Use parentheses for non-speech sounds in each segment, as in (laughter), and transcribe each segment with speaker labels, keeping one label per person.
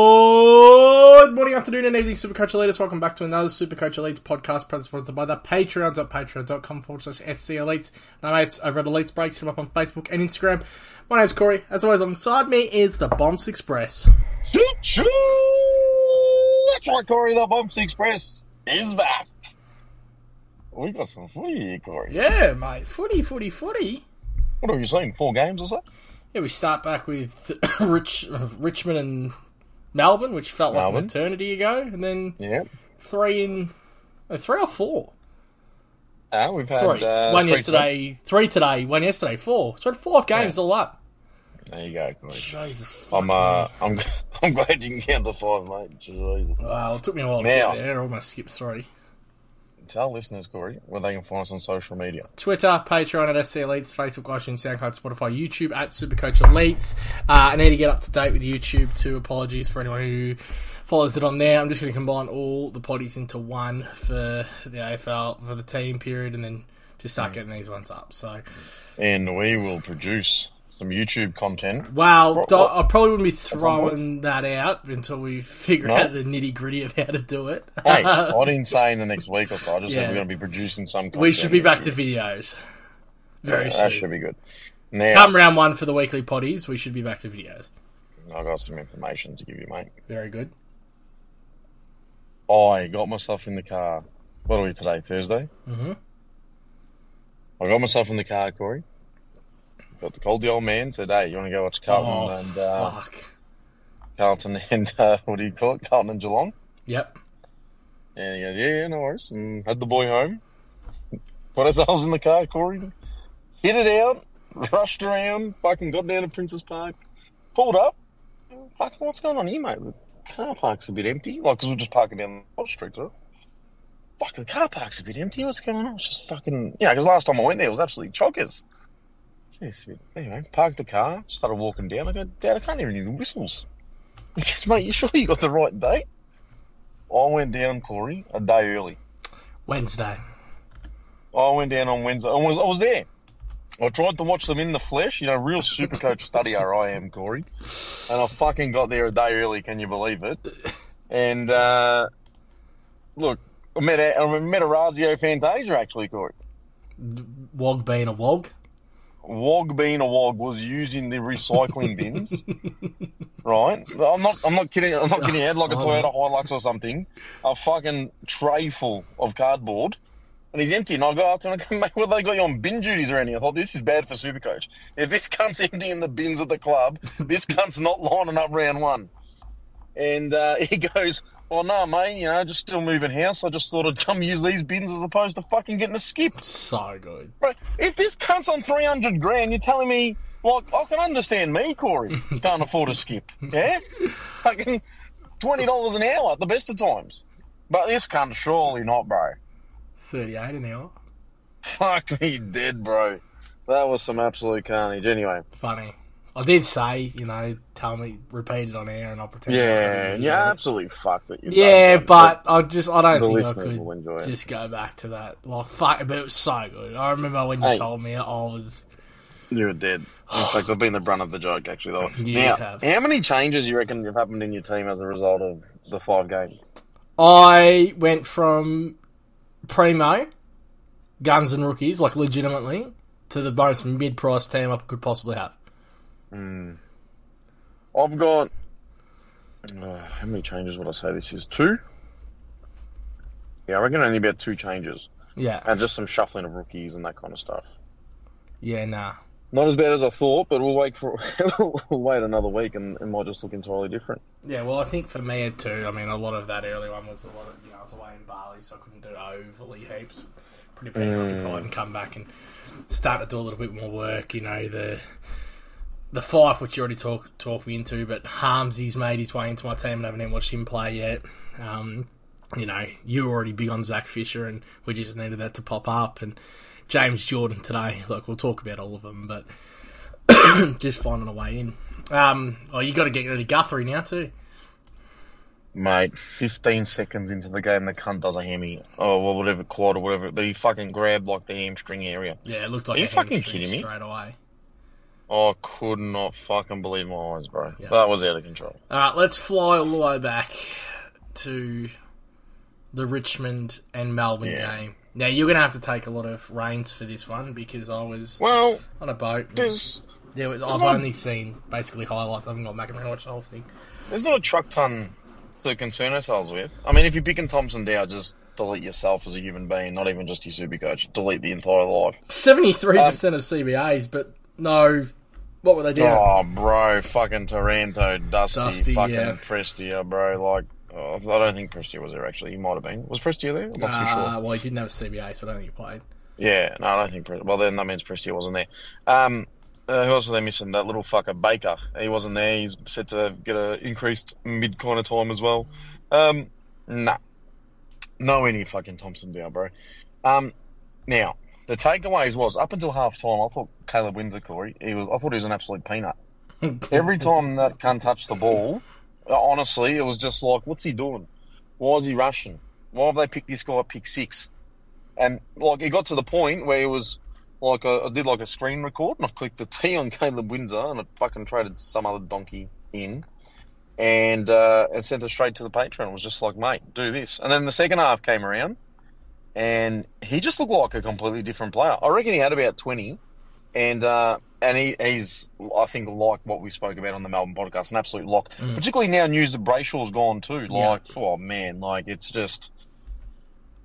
Speaker 1: Good morning, afternoon, and evening, Supercoach Elites. Welcome back to another Supercoach Elites podcast presented by the Patreons at patreon.com forward slash SC Elites. My mates over at Elites Breaks, hit 'em up on Facebook and Instagram. My name's Corey. As always, alongside me is the Bombs Express.
Speaker 2: Choo choo! That's right, Corey. The Bumps Express is back. We got some footy here, Corey.
Speaker 1: Yeah, mate. Footy, footy, footy.
Speaker 2: What have you seen? Four games or so?
Speaker 1: Yeah, we start back with (coughs) Rich, uh, Richmond and Melbourne, which felt like
Speaker 2: Melbourne.
Speaker 1: an eternity ago, and then
Speaker 2: Yeah.
Speaker 1: three in uh, three or four.
Speaker 2: Uh, we've had
Speaker 1: Three.
Speaker 2: uh,
Speaker 1: one
Speaker 2: three
Speaker 1: yesterday, three today, one yesterday, four. So we had five games all up.
Speaker 2: tonight. There you go, Corey.
Speaker 1: Jesus. fuck.
Speaker 2: I'm uh, I'm (laughs) I'm glad you can count to five, mate. Jesus.
Speaker 1: Well, it took me a while to get
Speaker 2: Now.
Speaker 1: there. I almost skipped three.
Speaker 2: Tell listeners, Corey, where they can find us on social media.
Speaker 1: Twitter, Patreon at SC Elites, Facebook, iTunes, SoundCloud, Spotify, YouTube at Supercoach Elites. Uh, I need to get up to date with YouTube too. Apologies for anyone who follows it on there. I'm just going to combine all the potties into one for the AFL for the team period, and then just
Speaker 2: Mm.
Speaker 1: start getting these ones up. So,
Speaker 2: And we will produce some YouTube content.
Speaker 1: wow,
Speaker 2: What-
Speaker 1: do-
Speaker 2: what-
Speaker 1: I probably wouldn't be
Speaker 2: on point.
Speaker 1: throwing that out until we figure
Speaker 2: No. Oh,
Speaker 1: out the nitty gritty of how to do it.
Speaker 2: (laughs)
Speaker 1: (laughs)
Speaker 2: Hey, I didn't say in the next week or so. I just
Speaker 1: Yeah.
Speaker 2: said we're going to be producing some content.
Speaker 1: we should be
Speaker 2: this
Speaker 1: back to
Speaker 2: year.
Speaker 1: videos very
Speaker 2: That
Speaker 1: soon.
Speaker 2: should be good. Now,
Speaker 1: Come round one for the weekly potties. We should be back to videos.
Speaker 2: I've got some information to give you, mate.
Speaker 1: Very good.
Speaker 2: I got myself in the car. What are we today? Thursday.
Speaker 1: Mhm.
Speaker 2: I got myself in the car, Corey. Got the cold the old man today. You want to go watch Carlton
Speaker 1: Oh,
Speaker 2: and uh,
Speaker 1: fuck.
Speaker 2: Carlton (laughs) and uh, what do you call it? Carlton and Geelong.
Speaker 1: Yep.
Speaker 2: And he goes, yeah, yeah, no worries. And had the boy home. Put ourselves in the car, Corey. Hit it out. Rushed around. Fucking got down to Princess Park. Pulled up. Fucking, what's going on here, mate? The car park's a bit empty. Like, 'cause we're just parking down the street, right? Fucking car park's a bit empty. What's going on? It's just fucking. Yeah, because last time I went there, it was absolutely chockers. Jeez, but anyway, parked the car, started walking down. I go, Dad, I can't even hear the whistles. (laughs) He goes, mate, you sure you got the right date? I went down, Corey, a day early.
Speaker 1: Wednesday.
Speaker 2: I went down on Wednesday. I was, I was there. I tried to watch them in the flesh. You know, real super coach studier I am, Corey. And I fucking got there a day early. Can you believe it? And uh, look, I met a, I met a Razio Fantasia actually, Corey.
Speaker 1: Wog being a wog.
Speaker 2: Wog being a wog was using the recycling bins, right? I'm not. I'm not kidding. I'm not kidding. It had like a
Speaker 1: Oh.
Speaker 2: Toyota Hilux or something, a fucking tray full of cardboard, and he's empty. And I go after him and I go, mate, what have they got you on bin duties or anything? I thought this is bad for Supercoach. If this cunt's emptying the bins at the club, this cunt's not lining up round one. And uh, (laughs) he goes, "Well, no, mate. You know, just still moving house. I just thought I'd come use these bins as opposed to fucking getting a skip."
Speaker 1: So good.
Speaker 2: Bro, if this cunt's on 300 grand, you're telling me, like, I can understand
Speaker 1: (laughs)
Speaker 2: me, Corey, can't afford a skip. Yeah? Fucking $20 an hour at the best of times. But this cunt, surely not, bro.
Speaker 1: 38 an hour.
Speaker 2: Fuck me dead, bro. That was some absolute carnage. Anyway.
Speaker 1: Funny. I did say, you know, tell me, repeat it on air and I'll pretend. I
Speaker 2: Yeah,
Speaker 1: didn't
Speaker 2: you
Speaker 1: hear it.
Speaker 2: absolutely fucked it. you
Speaker 1: Yeah,
Speaker 2: bugger.
Speaker 1: but I just, I don't
Speaker 2: uh, the
Speaker 1: think I
Speaker 2: listeners
Speaker 1: could
Speaker 2: will enjoy it.
Speaker 1: just go back to that. Like, fuck, but it was so good. I remember when you
Speaker 2: Hey.
Speaker 1: told me I was.
Speaker 2: You were dead. In fact, I've been the brunt of the joke, actually, though.
Speaker 1: (sighs) You
Speaker 2: now,
Speaker 1: have.
Speaker 2: how many changes you reckon have happened in your team as a result of the five games?
Speaker 1: I went from primo, guns and rookies, like legitimately, to the most mid price team I could possibly have.
Speaker 2: I've got. Uh, how many changes would I say this is? Two? Yeah, I reckon only about two changes.
Speaker 1: Yeah.
Speaker 2: And just some shuffling of rookies and that kind of stuff.
Speaker 1: Yeah, nah.
Speaker 2: Not as bad as I thought, but we'll wait for (laughs) we'll wait another week and it might just look entirely different.
Speaker 1: Yeah, well, I think for me it too. I mean, a lot of that early one was a lot of you know I was away in Bali, so I couldn't do overly heaps. Pretty preoccupied and come back and start to do a little bit more work. You know the the five which you already talk talked me into, but Harmsy's made his way into my team and I haven't even watched him play yet. Um, you know, you were already big on Zach Fisher, and we just needed that to pop up. And James Jordan today, look, we'll talk about all of them, but (coughs) just finding a way in. Um, oh, you got to get rid of Guthrie now too.
Speaker 2: Mate, fifteen seconds into the game, the cunt does a hammy. Oh, well, whatever quad or whatever, but he fucking grabbed like the hamstring area.
Speaker 1: Yeah, it looked like
Speaker 2: Are
Speaker 1: a
Speaker 2: you fucking
Speaker 1: hamstring
Speaker 2: kidding me?
Speaker 1: straight away.
Speaker 2: I could not fucking believe my eyes, bro.
Speaker 1: Yeah.
Speaker 2: That was out of control.
Speaker 1: All right, let's fly all the way back to the Richmond and Melbourne
Speaker 2: Yeah.
Speaker 1: game. Now you're going to have to take a lot of reins for this one because I was
Speaker 2: Well,
Speaker 1: on a boat.
Speaker 2: there's
Speaker 1: There was, I've
Speaker 2: not-
Speaker 1: only seen basically highlights. I haven't got back and watched the whole thing.
Speaker 2: there's not a truck ton to concern ourselves with. I mean, if you're picking Thompson Dow, just delete yourself as a human being, not even just your super coach. Delete the entire life.
Speaker 1: Seventy-three percent of CBAs, but no, what were they doing?
Speaker 2: Oh, bro, fucking Taranto, Dusty,
Speaker 1: Dusty,
Speaker 2: fucking
Speaker 1: yeah.
Speaker 2: Prestia, bro. Like, oh, I don't think Prestia was there actually. He might have been. Was Prestia there? I'm not too sure.
Speaker 1: Uh, well, he didn't have a CBA, so I don't think he played.
Speaker 2: Yeah, no, I don't think. Pres- Well, then that means Prestia wasn't there. Um, uh, who else were they missing? That little fucker Baker. He wasn't there. He's set to get a increased mid kind of time as well. Um, nah, no any fucking Thompson down, bro. Um, now the takeaways was up until half time. I thought Caleb Windsor Corey. He was. I thought he was an absolute peanut. (laughs) (laughs) Every time that cunt touched the ball, honestly, it was just like, what's he doing? Why is he rushing? Why have they picked this guy at pick six? And like it got to the point where it was like I, I did like a screen record and I clicked the T on Caleb Windsor and I fucking traded some other donkey in and uh, and sent it straight to the patron. It was just like, mate, do this. And then the second half came around and he just looked like a completely different player. I reckon he had about twenty and uh, and he, he's I think like what we spoke about on the Melbourne podcast, an absolute lock. Particularly now news that Brayshaw's gone too. Like, oh man, like it's just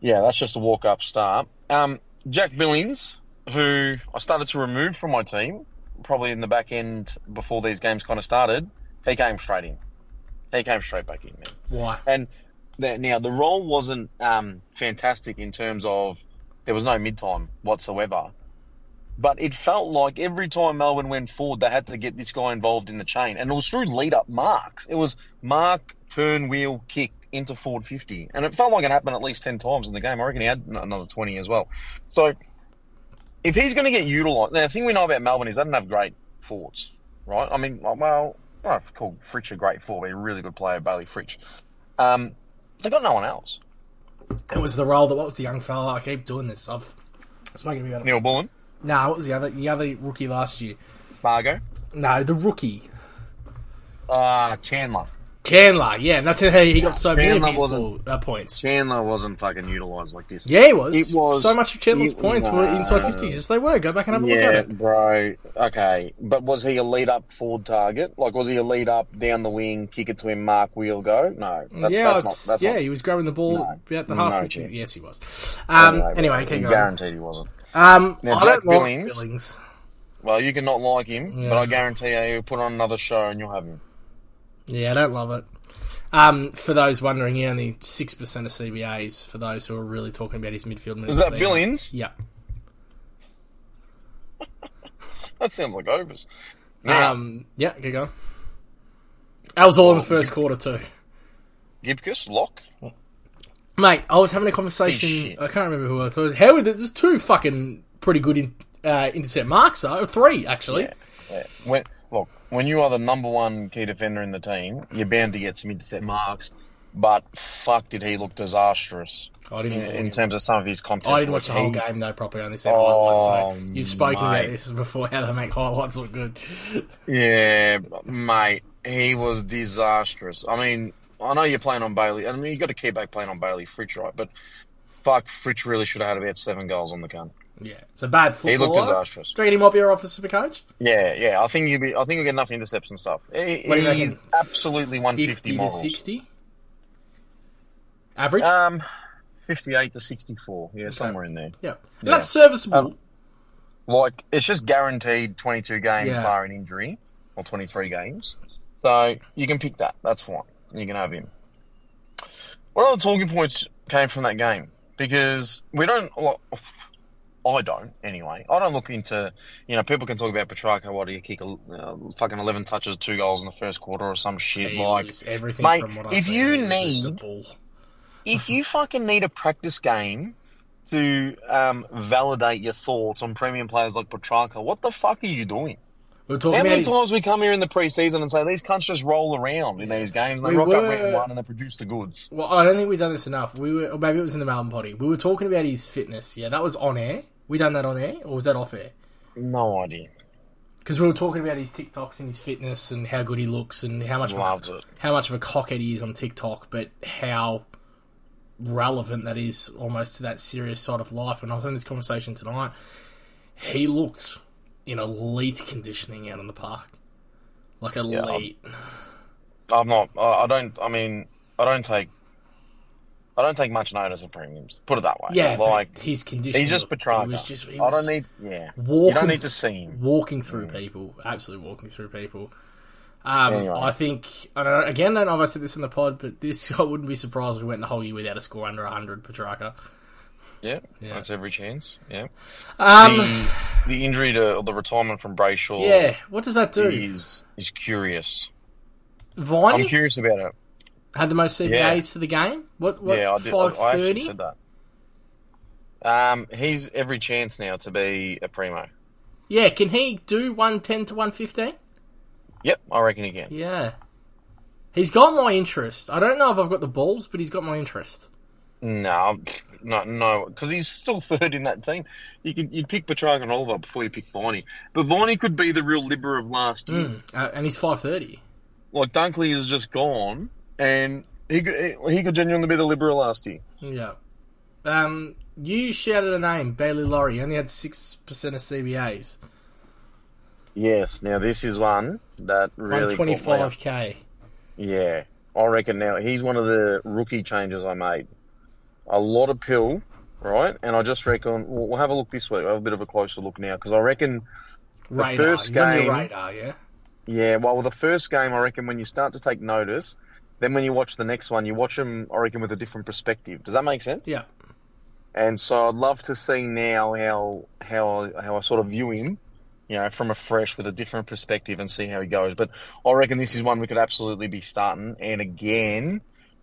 Speaker 2: yeah, that's just a walk up start. Um, Jack Billings, who I started to remove from my team, probably in the back end before these games kind of started, he came straight in. He came straight back in, man.
Speaker 1: (laughs) Why?
Speaker 2: And the, now the role wasn't um, fantastic in terms of there was no mid time whatsoever. But it felt like every time Melbourne went forward, they had to get this guy involved in the chain. And it was through lead up marks. It was mark, turn, wheel, kick into forward 50. And it felt like it happened at least 10 times in the game. I reckon he had n- another 20 as well. So if he's going to get utilised, now the thing we know about Melbourne is they don't have great forwards, right? I mean, like, well, I don't know if I call Fritsch a great forward, but he's a really good player, Bailey Fritsch. Um, they got no one else.
Speaker 1: It was the role that what was the young fella? I keep doing this. I've spoken about it.
Speaker 2: Neil Bullen,
Speaker 1: Nah, what was the other the other rookie last year?
Speaker 2: Margo,
Speaker 1: No, the rookie
Speaker 2: uh, Chandler.
Speaker 1: Chandler. Yeah, and that's how he got so many of
Speaker 2: Chandler
Speaker 1: his ball,
Speaker 2: wasn't-
Speaker 1: uh, points.
Speaker 2: Chandler wasn't fucking utilised like this.
Speaker 1: Yeah, he was.
Speaker 2: It was-
Speaker 1: so much of Chandler's
Speaker 2: it-
Speaker 1: points were inside
Speaker 2: no.
Speaker 1: fifties. Yes, they were. Go back and have a look
Speaker 2: Yeah,
Speaker 1: at it.
Speaker 2: bro. Okay, but was he a lead up forward target? Like, was he a lead up down the wing, kick it to him, mark, wheel, go? No, that's,
Speaker 1: yeah,
Speaker 2: that's
Speaker 1: it's-
Speaker 2: not. That's
Speaker 1: yeah,
Speaker 2: not,
Speaker 1: he was grabbing the ball
Speaker 2: No.
Speaker 1: about the
Speaker 2: No
Speaker 1: half. 50.
Speaker 2: chance.
Speaker 1: yes, he was. Um,
Speaker 2: no,
Speaker 1: anyway,
Speaker 2: bro.
Speaker 1: keep going.
Speaker 2: guaranteed he wasn't.
Speaker 1: Um, I
Speaker 2: Now, Jack
Speaker 1: don't like
Speaker 2: Billings-
Speaker 1: Billings.
Speaker 2: Well, you can not like him, but
Speaker 1: Yeah.
Speaker 2: I guarantee you, he'll put on another show and you'll have him.
Speaker 1: Yeah, I don't love it. Um, for those wondering, he only six percent of CBAs. For those who are really talking about his midfield minutes,
Speaker 2: Is that
Speaker 1: being-
Speaker 2: Billings?
Speaker 1: Yeah.
Speaker 2: That sounds like overs. Now,
Speaker 1: Um, yeah, keep going. That was all
Speaker 2: Oh,
Speaker 1: in the first quarter too,
Speaker 2: Gibcus, Locke.
Speaker 1: mate. I was having a conversation.
Speaker 2: shit.
Speaker 1: I can't remember who I thought. How did there's two fucking pretty good in, uh, intercept marks though? Three actually.
Speaker 2: Yeah. yeah. When, look, when you are the number one key defender in the team, you're bound to get some intercept marks. But fuck, did he look disastrous
Speaker 1: I didn't.
Speaker 2: in,
Speaker 1: watch
Speaker 2: in
Speaker 1: it.
Speaker 2: terms of some of his contests?
Speaker 1: I didn't watch the
Speaker 2: Like,
Speaker 1: whole
Speaker 2: he-
Speaker 1: game though. Properly, I only seen
Speaker 2: Oh,
Speaker 1: highlights. So you've spoken about
Speaker 2: mate.
Speaker 1: this (laughs) before. How they make highlights look good.
Speaker 2: Yeah, mate, he was disastrous. I mean, I know you're playing on Bailey. I mean, you got to keep back playing on Bailey Fritch, right? But fuck, Fritch really should have had about seven goals on the gun.
Speaker 1: Yeah, it's a bad footballer.
Speaker 2: He looked disastrous.
Speaker 1: Do you reckon he might be our office super coach?
Speaker 2: Yeah, yeah. I think you'd be. I think you'll get enough intercepts and stuff. He,
Speaker 1: What do you reckon?
Speaker 2: he's absolutely 150
Speaker 1: Fifty to
Speaker 2: models.
Speaker 1: sixty. Average.
Speaker 2: Um, 58 to 64. Yeah, somewhere in there.
Speaker 1: yeah. And
Speaker 2: yeah.
Speaker 1: That's serviceable.
Speaker 2: Um, like it's just guaranteed 22 games
Speaker 1: Yeah.
Speaker 2: bar an injury or 23 games so you can pick that that's fine you can have him what other talking points came from that game because we don't well, I don't anyway I don't look into you know people can talk about Petrarca what he kick uh, fucking 11 touches two goals in the first quarter or some shit
Speaker 1: He
Speaker 2: like
Speaker 1: was everything
Speaker 2: mate,
Speaker 1: from what I
Speaker 2: if
Speaker 1: seen,
Speaker 2: you
Speaker 1: he was just a
Speaker 2: need-
Speaker 1: bull.
Speaker 2: if you fucking need a practice game to um, validate your thoughts on premium players like Petrarca what the fuck are you doing
Speaker 1: We were talking
Speaker 2: How
Speaker 1: about
Speaker 2: many
Speaker 1: his-
Speaker 2: times we come here in the preseason and say these cunts just roll around in these games and they
Speaker 1: We
Speaker 2: rock up
Speaker 1: were-
Speaker 2: wet and one and they produce the goods.
Speaker 1: Well, I don't think we've done this enough. We were, or maybe it was in the Melbourne potty. We were talking about his fitness. Yeah, that was on air. We done that on air, or was that off air?
Speaker 2: No idea.
Speaker 1: because we were talking about his TikToks and his fitness and how good he looks and how much of a-
Speaker 2: Loves it.
Speaker 1: how much of a cockhead he is on TikTok, but how relevant that is almost to that serious side of life. And I was having this conversation tonight. He looked in elite conditioning out in the park, like elite.
Speaker 2: I'm not. I, I don't. I mean, I don't take. I don't take much notice of premiums. Put it that way.
Speaker 1: Yeah, but
Speaker 2: like
Speaker 1: his conditioning.
Speaker 2: he's just
Speaker 1: looked-
Speaker 2: Petrarca.
Speaker 1: He was just. He
Speaker 2: I
Speaker 1: was
Speaker 2: don't need. Yeah,
Speaker 1: walking
Speaker 2: you don't need
Speaker 1: th-
Speaker 2: to see him.
Speaker 1: walking
Speaker 2: Mm.
Speaker 1: through people. Absolutely walking through people. Um,
Speaker 2: Anyway.
Speaker 1: I think, and I, again, I don't know if I said this in the pod, but this (laughs) I wouldn't be surprised if we went the whole year without a score under 100, Petrarca.
Speaker 2: Yeah,
Speaker 1: Yeah.
Speaker 2: that's every chance. Yeah.
Speaker 1: Um,
Speaker 2: the, the injury to or the retirement from Brayshaw
Speaker 1: Yeah, what does that do?
Speaker 2: is is curious. I'm
Speaker 1: Viney
Speaker 2: curious about it.
Speaker 1: had the most CBAs
Speaker 2: Yeah.
Speaker 1: for the game. What? What?
Speaker 2: yeah, I did. I,
Speaker 1: Five
Speaker 2: I actually
Speaker 1: thirty.
Speaker 2: said that. Um, he's every chance now to be a primo.
Speaker 1: Yeah, can he do one ten to one fifteen?
Speaker 2: Yep, I reckon again.
Speaker 1: Yeah, he's got my interest. I don't know if I've got the balls, but he's got my interest.
Speaker 2: No, no, no, because he's still (laughs) third in that team. You could you'd pick Petrarca and Oliver before you pick Viney, but Viney could be the real libero of last year.
Speaker 1: Uh, and he's five thirty.
Speaker 2: Like Dunkley is just gone, and he could, he could genuinely be the libero last year.
Speaker 1: Yeah. Um, you shouted a name, Bailey Laurie. He only had six percent of CBAs.
Speaker 2: Yes. Now this is one that
Speaker 1: One
Speaker 2: really caught my eye.
Speaker 1: twenty-five k.
Speaker 2: Yeah, I reckon now he's one of the rookie changes I made. A lot of pill, right? And I just reckon we'll, we'll have a look this week. We'll have a bit of a closer look now because I reckon,
Speaker 1: Radar.
Speaker 2: first
Speaker 1: he's on your
Speaker 2: game-
Speaker 1: radar. Yeah.
Speaker 2: yeah. Well, the first game, I reckon when you start to take notice, then when you watch the next one, you watch them. I reckon with a different perspective. Does that make sense?
Speaker 1: Yeah.
Speaker 2: And so I'd love to see now how how how I sort of view him, you know, from a fresh with a different perspective and see how he goes. But I reckon this is one we could absolutely be starting. And again,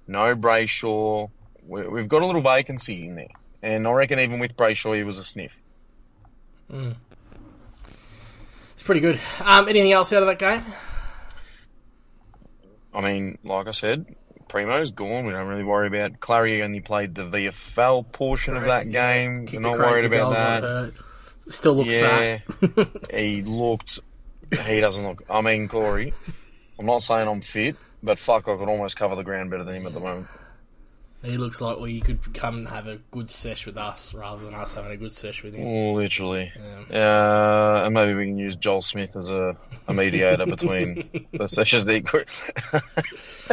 Speaker 2: no Brayshaw. We- We've got a little vacancy in there. And I reckon even with Brayshaw, he was a sniff.
Speaker 1: It's pretty good. Um, anything else out of that game?
Speaker 2: I mean, like I said, Primo's gone. We don't really worry about. Clary only played the VFL portion of that
Speaker 1: Crazy.
Speaker 2: game.
Speaker 1: Kicked
Speaker 2: We're
Speaker 1: a
Speaker 2: not
Speaker 1: crazy
Speaker 2: worried about
Speaker 1: goal, got
Speaker 2: that.
Speaker 1: hurt. Still look (laughs)
Speaker 2: Yeah,
Speaker 1: fat.
Speaker 2: he looked. He doesn't look. I mean, Corey. I'm not saying I'm fit, but fuck, I could almost cover the ground better than him at the moment.
Speaker 1: He looks like well, you could come and have a good sesh with us rather than us having a good sesh with him.
Speaker 2: Literally.
Speaker 1: Yeah.
Speaker 2: Uh, and maybe we can use Joel Smith as a, a mediator between the sessions. That he (laughs) could.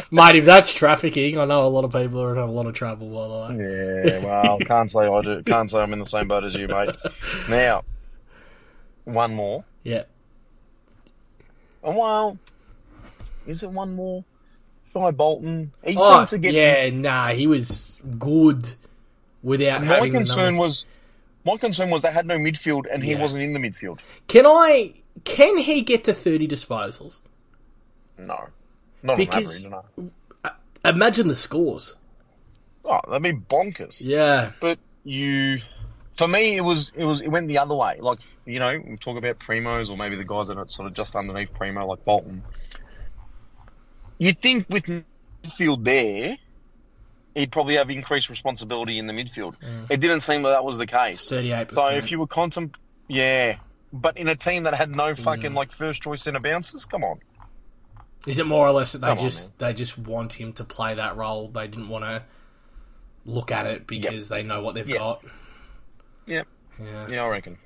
Speaker 1: Mate, if that's trafficking, I know a lot of people are in a lot of trouble. By the way,
Speaker 2: yeah. Well, (laughs) can't say I do. Can't say I'm in the same boat as you, mate. Now, one more.
Speaker 1: yeah,
Speaker 2: And well, is it one more? Shy Bolton. He
Speaker 1: oh,
Speaker 2: seemed to get
Speaker 1: yeah, nah, he was good without
Speaker 2: My
Speaker 1: having the
Speaker 2: concern
Speaker 1: numbers.
Speaker 2: was, my concern was they had no midfield, and he
Speaker 1: Yeah.
Speaker 2: wasn't in the midfield.
Speaker 1: Can I? Can he get to thirty disposals?
Speaker 2: No, not
Speaker 1: Because-
Speaker 2: on average.
Speaker 1: Imagine the scores.
Speaker 2: No. Oh, that'd be bonkers.
Speaker 1: Yeah,
Speaker 2: But you, for me, it was it was it went the other way. Like you know, we talk about primos or maybe the guys that are sort of just underneath primo, like Bolton. You'd think with midfield there, he'd probably have increased responsibility in the midfield.
Speaker 1: Mm.
Speaker 2: It didn't seem that that was the case.
Speaker 1: thirty-eight
Speaker 2: So
Speaker 1: percent.
Speaker 2: if you were contem, yeah. But in a team that had no fucking like first choice centre bounces, come on.
Speaker 1: Is it more or less that they
Speaker 2: Come on,
Speaker 1: just they just want him to play that role? They didn't want to look at it because they know what they've
Speaker 2: Yep.
Speaker 1: got.
Speaker 2: Yep.
Speaker 1: Yeah.
Speaker 2: Yeah, I reckon.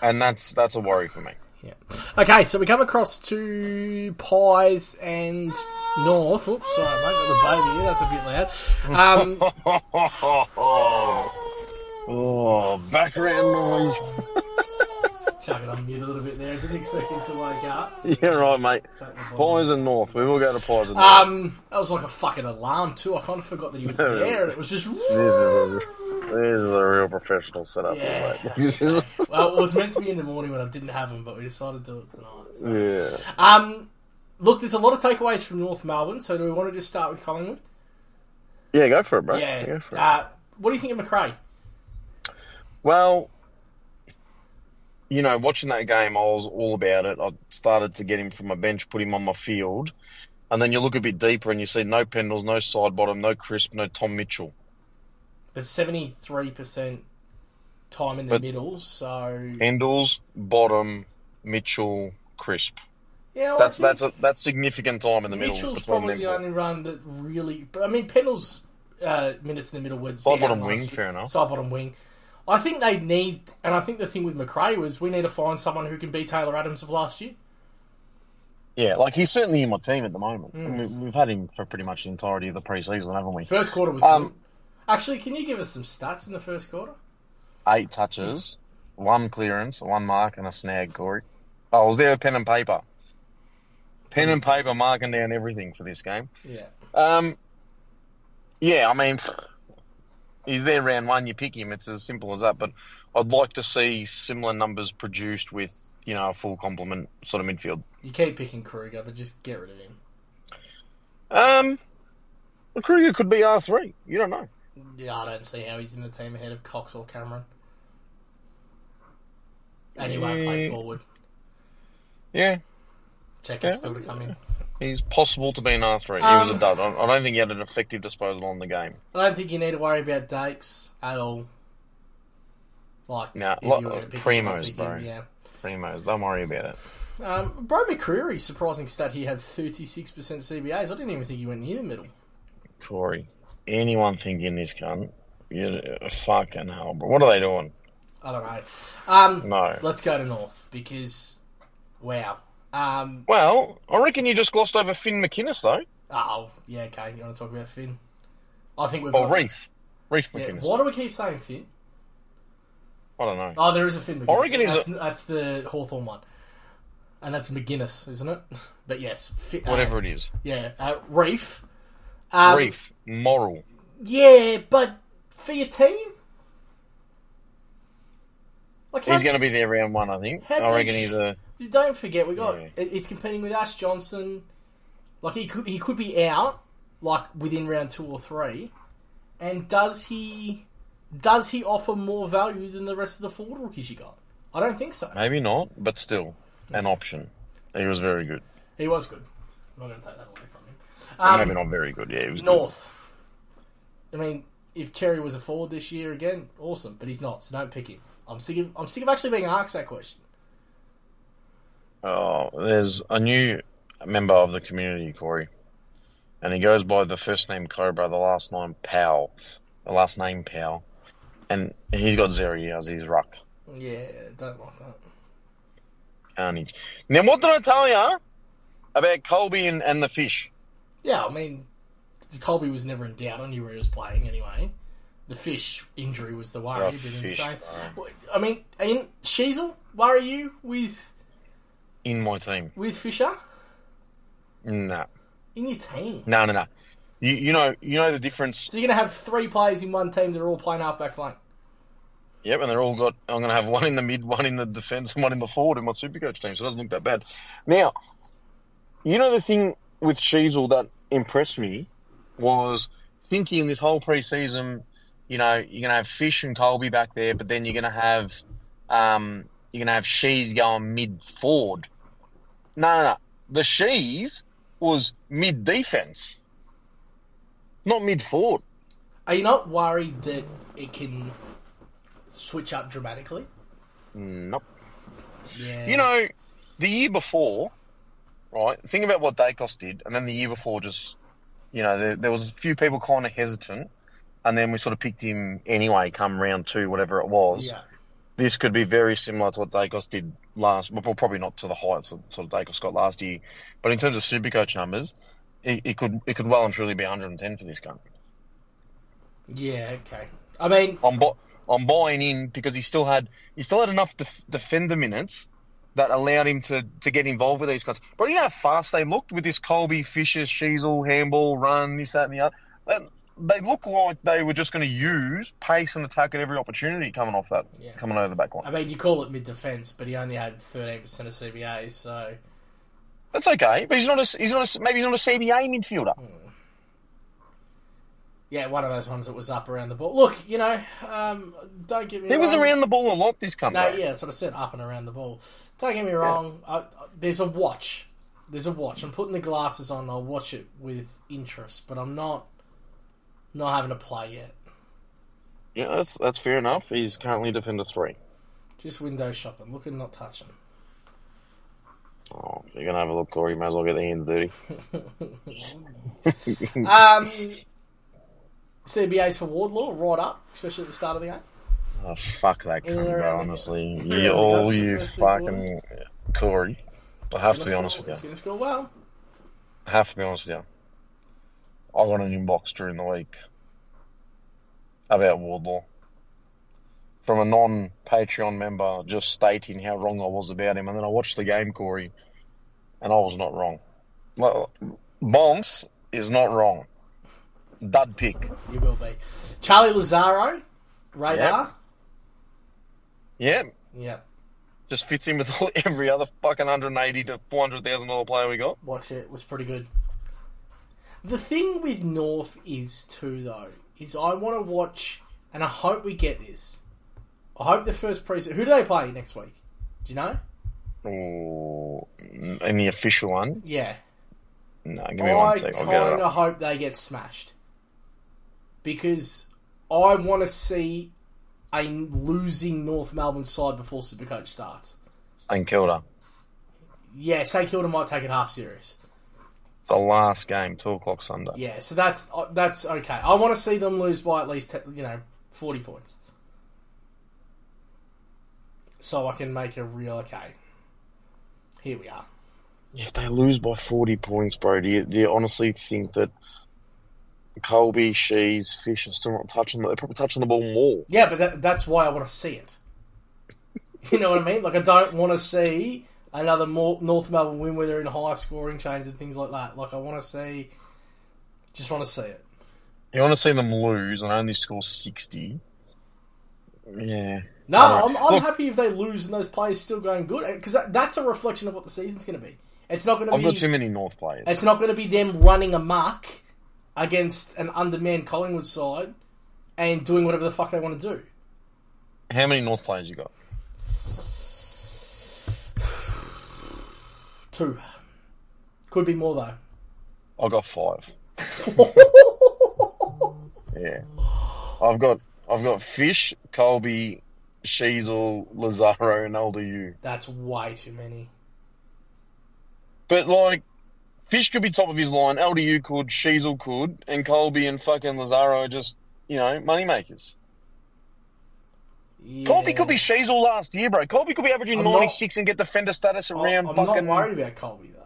Speaker 2: And that's that's a worry for me. (laughs)
Speaker 1: yeah. Okay, so we come across to Pies and North. Oops, sorry, mate, got the baby. here, That's a bit loud. Um,
Speaker 2: (laughs) oh, background noise.
Speaker 1: chuck it on mute a little bit there. Didn't expect him to wake up.
Speaker 2: (laughs) Yeah, right, mate. Pies and North. We will go to Pies and North.
Speaker 1: Um, that was like a fucking alarm too. I kind of forgot that
Speaker 2: (laughs)
Speaker 1: he was there. and It was just.
Speaker 2: this is a this is a real professional setup,
Speaker 1: Yeah.
Speaker 2: mate. (laughs) This is
Speaker 1: Well, it was meant to be in the morning when I didn't have him, but we decided to do it tonight. so.
Speaker 2: yeah.
Speaker 1: Um, look, there's a lot of takeaways from North Melbourne. So do we want to just start with Collingwood?
Speaker 2: Yeah, go for it, bro.
Speaker 1: Yeah.
Speaker 2: Go for it.
Speaker 1: Uh, what do you think of McRae?
Speaker 2: Well, you know, watching that game, I was all about it. I started to get him from my bench, put him on my field, and then you look a bit deeper and you see no Pendles, no side bottom, no Crisp, no Tom Mitchell.
Speaker 1: But 73 percent time in the
Speaker 2: But-
Speaker 1: middle. So
Speaker 2: Pendles, bottom, Mitchell, Crisp.
Speaker 1: Yeah, well,
Speaker 2: That's
Speaker 1: I think
Speaker 2: that's a, that's significant time in the middle.
Speaker 1: Mitchell's
Speaker 2: between
Speaker 1: probably
Speaker 2: them
Speaker 1: the
Speaker 2: four.
Speaker 1: only run that really. But I mean, Pendle's uh, minutes in the middle were
Speaker 2: Side
Speaker 1: down
Speaker 2: bottom
Speaker 1: last
Speaker 2: wing,
Speaker 1: year.
Speaker 2: fair enough.
Speaker 1: Side bottom wing. I think they need, and I think the thing with McRae was we need to find someone who can be Taylor Adams of last year.
Speaker 2: Yeah, like he's certainly in my team at the moment.
Speaker 1: Hmm.
Speaker 2: We, we've had him for pretty much the entirety of the preseason, haven't we?
Speaker 1: First quarter was
Speaker 2: Um,
Speaker 1: good. Actually, can you give us some stats in the first quarter?
Speaker 2: Eight touches, one clearance, one mark, and a snag. Corey, I was there with pen and paper. Pen and paper marking down everything for this game.
Speaker 1: Yeah.
Speaker 2: Um, yeah, I mean, he's there round one. You pick him. It's as simple as that. But I'd like to see similar numbers produced with you know a full complement sort of midfield.
Speaker 1: You keep picking Kruger, but just get rid of him.
Speaker 2: Um, well, Kruger could be R three. You don't know.
Speaker 1: Yeah, I don't see how he's in the team ahead of Cox or Cameron. And he won't play
Speaker 2: Yeah.
Speaker 1: forward.
Speaker 2: Yeah,
Speaker 1: Checker's
Speaker 2: Yeah.
Speaker 1: still to come in.
Speaker 2: he's possible to be an R three. he was
Speaker 1: Um,
Speaker 2: a dud. I I don't think he had an effective disposal on the game.
Speaker 1: I don't think you need to worry about Dakes at all. Like,
Speaker 2: Nah,
Speaker 1: if
Speaker 2: lo-
Speaker 1: you were to pick
Speaker 2: Primos,
Speaker 1: him, I'd pick
Speaker 2: bro.
Speaker 1: Him,
Speaker 2: Primos, don't worry about it.
Speaker 1: yeah. Um, bro McCreary, surprising stat, he had 36% CBAs. I didn't even think he went near the middle.
Speaker 2: Corey, anyone thinking this cunt, you fucking hell, bro. What are they doing?
Speaker 1: I don't know. Um,
Speaker 2: No.
Speaker 1: Let's go to North because, wow. Um,
Speaker 2: Well, I reckon you just glossed over Finn McInnes though.
Speaker 1: oh, yeah, okay. You want to talk about Finn? I think we've
Speaker 2: Or
Speaker 1: got.
Speaker 2: Reef. Reef
Speaker 1: Uh, Yeah,
Speaker 2: McInnes.
Speaker 1: why do we keep saying Finn?
Speaker 2: I don't know.
Speaker 1: Oh, there is a Finn McGuinness.
Speaker 2: Oregon is
Speaker 1: that's,
Speaker 2: a-
Speaker 1: that's the Hawthorn one. And that's McGuinness, isn't it? (laughs) But yes. Fi- uh,
Speaker 2: Whatever it is.
Speaker 1: Yeah, uh, Reef. Um,
Speaker 2: Reef. Moral.
Speaker 1: Yeah, but for your team? Like, how,
Speaker 2: He's going to be there round one, I think.
Speaker 1: How
Speaker 2: I
Speaker 1: did-
Speaker 2: reckon he's a.
Speaker 1: you don't forget, we got
Speaker 2: Yeah.
Speaker 1: it- it's competing with Ash Johnson. Like he could he could be out like within round two or three, and does he does he offer more value than the rest of the forward rookies you got? I don't think so.
Speaker 2: Maybe not, but still an option. He was very good.
Speaker 1: He was good. I'm not going to take that away from him.
Speaker 2: Maybe
Speaker 1: Um,
Speaker 2: not very good. Yeah, he was good.
Speaker 1: North. I mean, if Cherry was a forward this year again, awesome. But he's not, so don't pick him. I'm sick of I'm sick of actually being asked that question.
Speaker 2: Oh, there's a new member of the community, Corey, and he goes by the first name Cobra, the last name Powell, the last name Powell, and he's got zero years. He's ruck.
Speaker 1: Yeah, don't like that.
Speaker 2: Carnage. Now, what did I tell you about Colby and, and the fish?
Speaker 1: Yeah, I mean, Colby was never in doubt. I knew where he was playing anyway. The fish injury was the worry,
Speaker 2: Oh,
Speaker 1: but
Speaker 2: fish,
Speaker 1: insane.
Speaker 2: bro.
Speaker 1: I mean, in Sheasel, worry you with
Speaker 2: In my team.
Speaker 1: with Fisher
Speaker 2: No,
Speaker 1: in your team?
Speaker 2: no, no, no. You, you know, you know the difference.
Speaker 1: So you're gonna have three players in one team that are all playing half back flank.
Speaker 2: Yep, and they're all got. I'm going to have one in the mid, one in the defence, and one in the forward in my supercoach team. So it doesn't look that bad. Now, you know the thing with Sheasel that impressed me was thinking this whole preseason. You know, you're going to have Fish and Colby back there, but then you're going to have, um, you're going to have Shees going mid forward. No, no, no. The Shees was mid defence, not mid forward.
Speaker 1: Are you not worried that it can switch up dramatically?
Speaker 2: Nope.
Speaker 1: Yeah.
Speaker 2: You know, the year before, right? Think about what Dacos did, and then the year before, just you know, there, there was a few people kind of hesitant, and then we sort of picked him anyway. Come round two, whatever it was,
Speaker 1: Yeah.
Speaker 2: this could be very similar to what Dacos did last. Well, probably not to the heights of sort of Dacos got last year, but in terms of Supercoach numbers, it, it could it could well and truly be 110 for this gun.
Speaker 1: Yeah. Okay. I mean,
Speaker 2: I'm bu- I'm buying in because he still had he still had enough def- defender minutes that allowed him to to get involved with these guys. But you know how fast they looked with this Colby, Fisher, Sheasel, handball, run, this, that, and the other. That- They looked like they were just going to use pace and attack at every opportunity coming off that,
Speaker 1: Yeah. Um,
Speaker 2: coming over the back
Speaker 1: I
Speaker 2: line.
Speaker 1: mean, you call it mid defense, but he only had thirteen percent of CBA, so
Speaker 2: That's okay, but he's not a he's not a, maybe he's not a CBA midfielder.
Speaker 1: Mm. yeah, one of those ones that was up around the ball. Look, you know, um, don't get me.
Speaker 2: He was
Speaker 1: wrong.
Speaker 2: around the ball a lot this
Speaker 1: No,
Speaker 2: comeback.
Speaker 1: yeah, that's what I said. Up and around the ball. Don't get me wrong. I, I, there's a watch. There's a watch. I'm putting the glasses on. I'll watch it with interest, but I'm not not having to play yet.
Speaker 2: yeah, that's that's fair enough. He's currently defender three.
Speaker 1: Just window shopping, looking, not touching.
Speaker 2: Oh, if you're gonna have a look, Corey. You may as well get the hands dirty. Hmm.
Speaker 1: Um, CBAs for Wardlaw, right up, especially at the start of the game.
Speaker 2: Oh, fuck that
Speaker 1: All
Speaker 2: cunt,
Speaker 1: around
Speaker 2: bro.
Speaker 1: the-
Speaker 2: Honestly,
Speaker 1: all
Speaker 2: you
Speaker 1: around the
Speaker 2: all
Speaker 1: guts for
Speaker 2: you
Speaker 1: first two
Speaker 2: fucking Corey. I have to be honest with you.
Speaker 1: It's going to score well.
Speaker 2: I have to be honest with you. I got an inbox during the week about Wardlaw from a non Patreon member just stating how wrong I was about him. And then I watched the game, Corey, and I was not wrong. Well, Bonks is not wrong. Dud pick.
Speaker 1: You will be. Charlie Lazaro, radar.
Speaker 2: Yeah,
Speaker 1: Yep.
Speaker 2: just fits in with (laughs) every other fucking 180 to $400,000 player we got.
Speaker 1: Watch it. It was pretty good. The thing with North is too though is I want to watch, and I hope we get this. I hope the first preseason. Who do they play next week? Do you know?
Speaker 2: Ooh, any official one?
Speaker 1: Yeah,
Speaker 2: No, give me
Speaker 1: I
Speaker 2: one sec. I'll get it
Speaker 1: kind
Speaker 2: up.
Speaker 1: of hope they get smashed because I want to see a losing North Melbourne side before Supercoach starts.
Speaker 2: St Kilda.
Speaker 1: Yeah, St Kilda might take it half serious.
Speaker 2: The last game, two o'clock Sunday.
Speaker 1: Yeah, so that's uh, that's okay. I want to see them lose by at least you know forty points, so I can make a real okay. Here we are.
Speaker 2: If they lose by forty points, bro, do you, do you honestly think that Colby, Shees, Fish are still not touching? The, they're probably touching the ball more.
Speaker 1: Yeah, but that, that's why I want to see it. (laughs) You know what I mean? Like I don't want to see another Mor- North Melbourne win where they're in high scoring chains and things like that. Like I want to see, just want to see it.
Speaker 2: You want to see them lose and only score sixty? Yeah,
Speaker 1: No,
Speaker 2: Alright.
Speaker 1: I'm, I'm
Speaker 2: Look-
Speaker 1: happy if they lose and those players still going good because that, that's a reflection of what the season's going to be. It's not going to
Speaker 2: I've
Speaker 1: be.
Speaker 2: got too many North players.
Speaker 1: It's not going to be them running amok against an undermanned Collingwood side and doing whatever the fuck they want to do.
Speaker 2: How many North players you got?
Speaker 1: Two. Could be more, though.
Speaker 2: I got five. Yeah, I've got I've got Fish, Colby, Sheasel, Lazaro, and LDU.
Speaker 1: That's way too many.
Speaker 2: But like, Fish could be top of his line. LDU could, Sheasel could, and Colby and fucking Lazaro are just you know moneymakers.
Speaker 1: Yeah.
Speaker 2: Colby could be Sheasel last year, bro. Colby could be averaging
Speaker 1: I'm not-
Speaker 2: ninety six and get defender status
Speaker 1: I-
Speaker 2: around
Speaker 1: I'm
Speaker 2: fucking.
Speaker 1: not worried about Colby, though.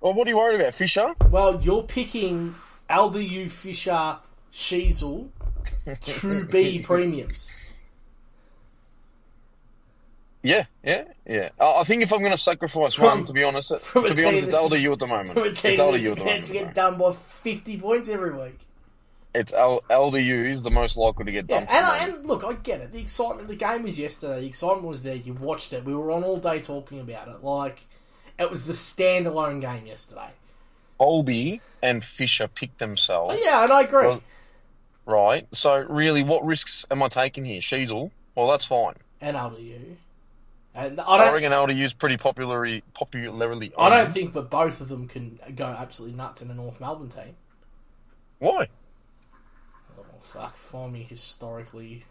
Speaker 2: Well, what are you worried about, Fisher?
Speaker 1: Well, you're picking LDU Fisher Sheasel to
Speaker 2: (laughs)
Speaker 1: be premiums.
Speaker 2: Yeah, yeah, yeah. I, I think if I'm going to sacrifice
Speaker 1: From-
Speaker 2: one, to be honest,
Speaker 1: (laughs) from a
Speaker 2: to be honest,
Speaker 1: team
Speaker 2: it's
Speaker 1: that's-
Speaker 2: LDU at the
Speaker 1: (laughs)
Speaker 2: moment.
Speaker 1: From a
Speaker 2: It's
Speaker 1: team that's
Speaker 2: LDU at the
Speaker 1: going
Speaker 2: moment.
Speaker 1: to
Speaker 2: bro.
Speaker 1: get done by 50 points every week.
Speaker 2: It's L- LDU is the most likely to get
Speaker 1: Yeah,
Speaker 2: done.
Speaker 1: and, I, and look, I get it. The excitement, the game was yesterday. The excitement was there. You watched it. We were on all day talking about it. Like, it was the standalone game yesterday.
Speaker 2: Colby and Fisher picked themselves.
Speaker 1: But Oh, yeah, and I agree.
Speaker 2: Was- Right. So really, what risks am I taking here? Sheasel. Well, that's fine.
Speaker 1: and LDU. And I
Speaker 2: I
Speaker 1: don't,
Speaker 2: reckon LDU's pretty popularly popularly.
Speaker 1: I don't
Speaker 2: owned.
Speaker 1: think, but both of them can go absolutely nuts in a North Melbourne team.
Speaker 2: Why?
Speaker 1: Oh, fuck, find me historically.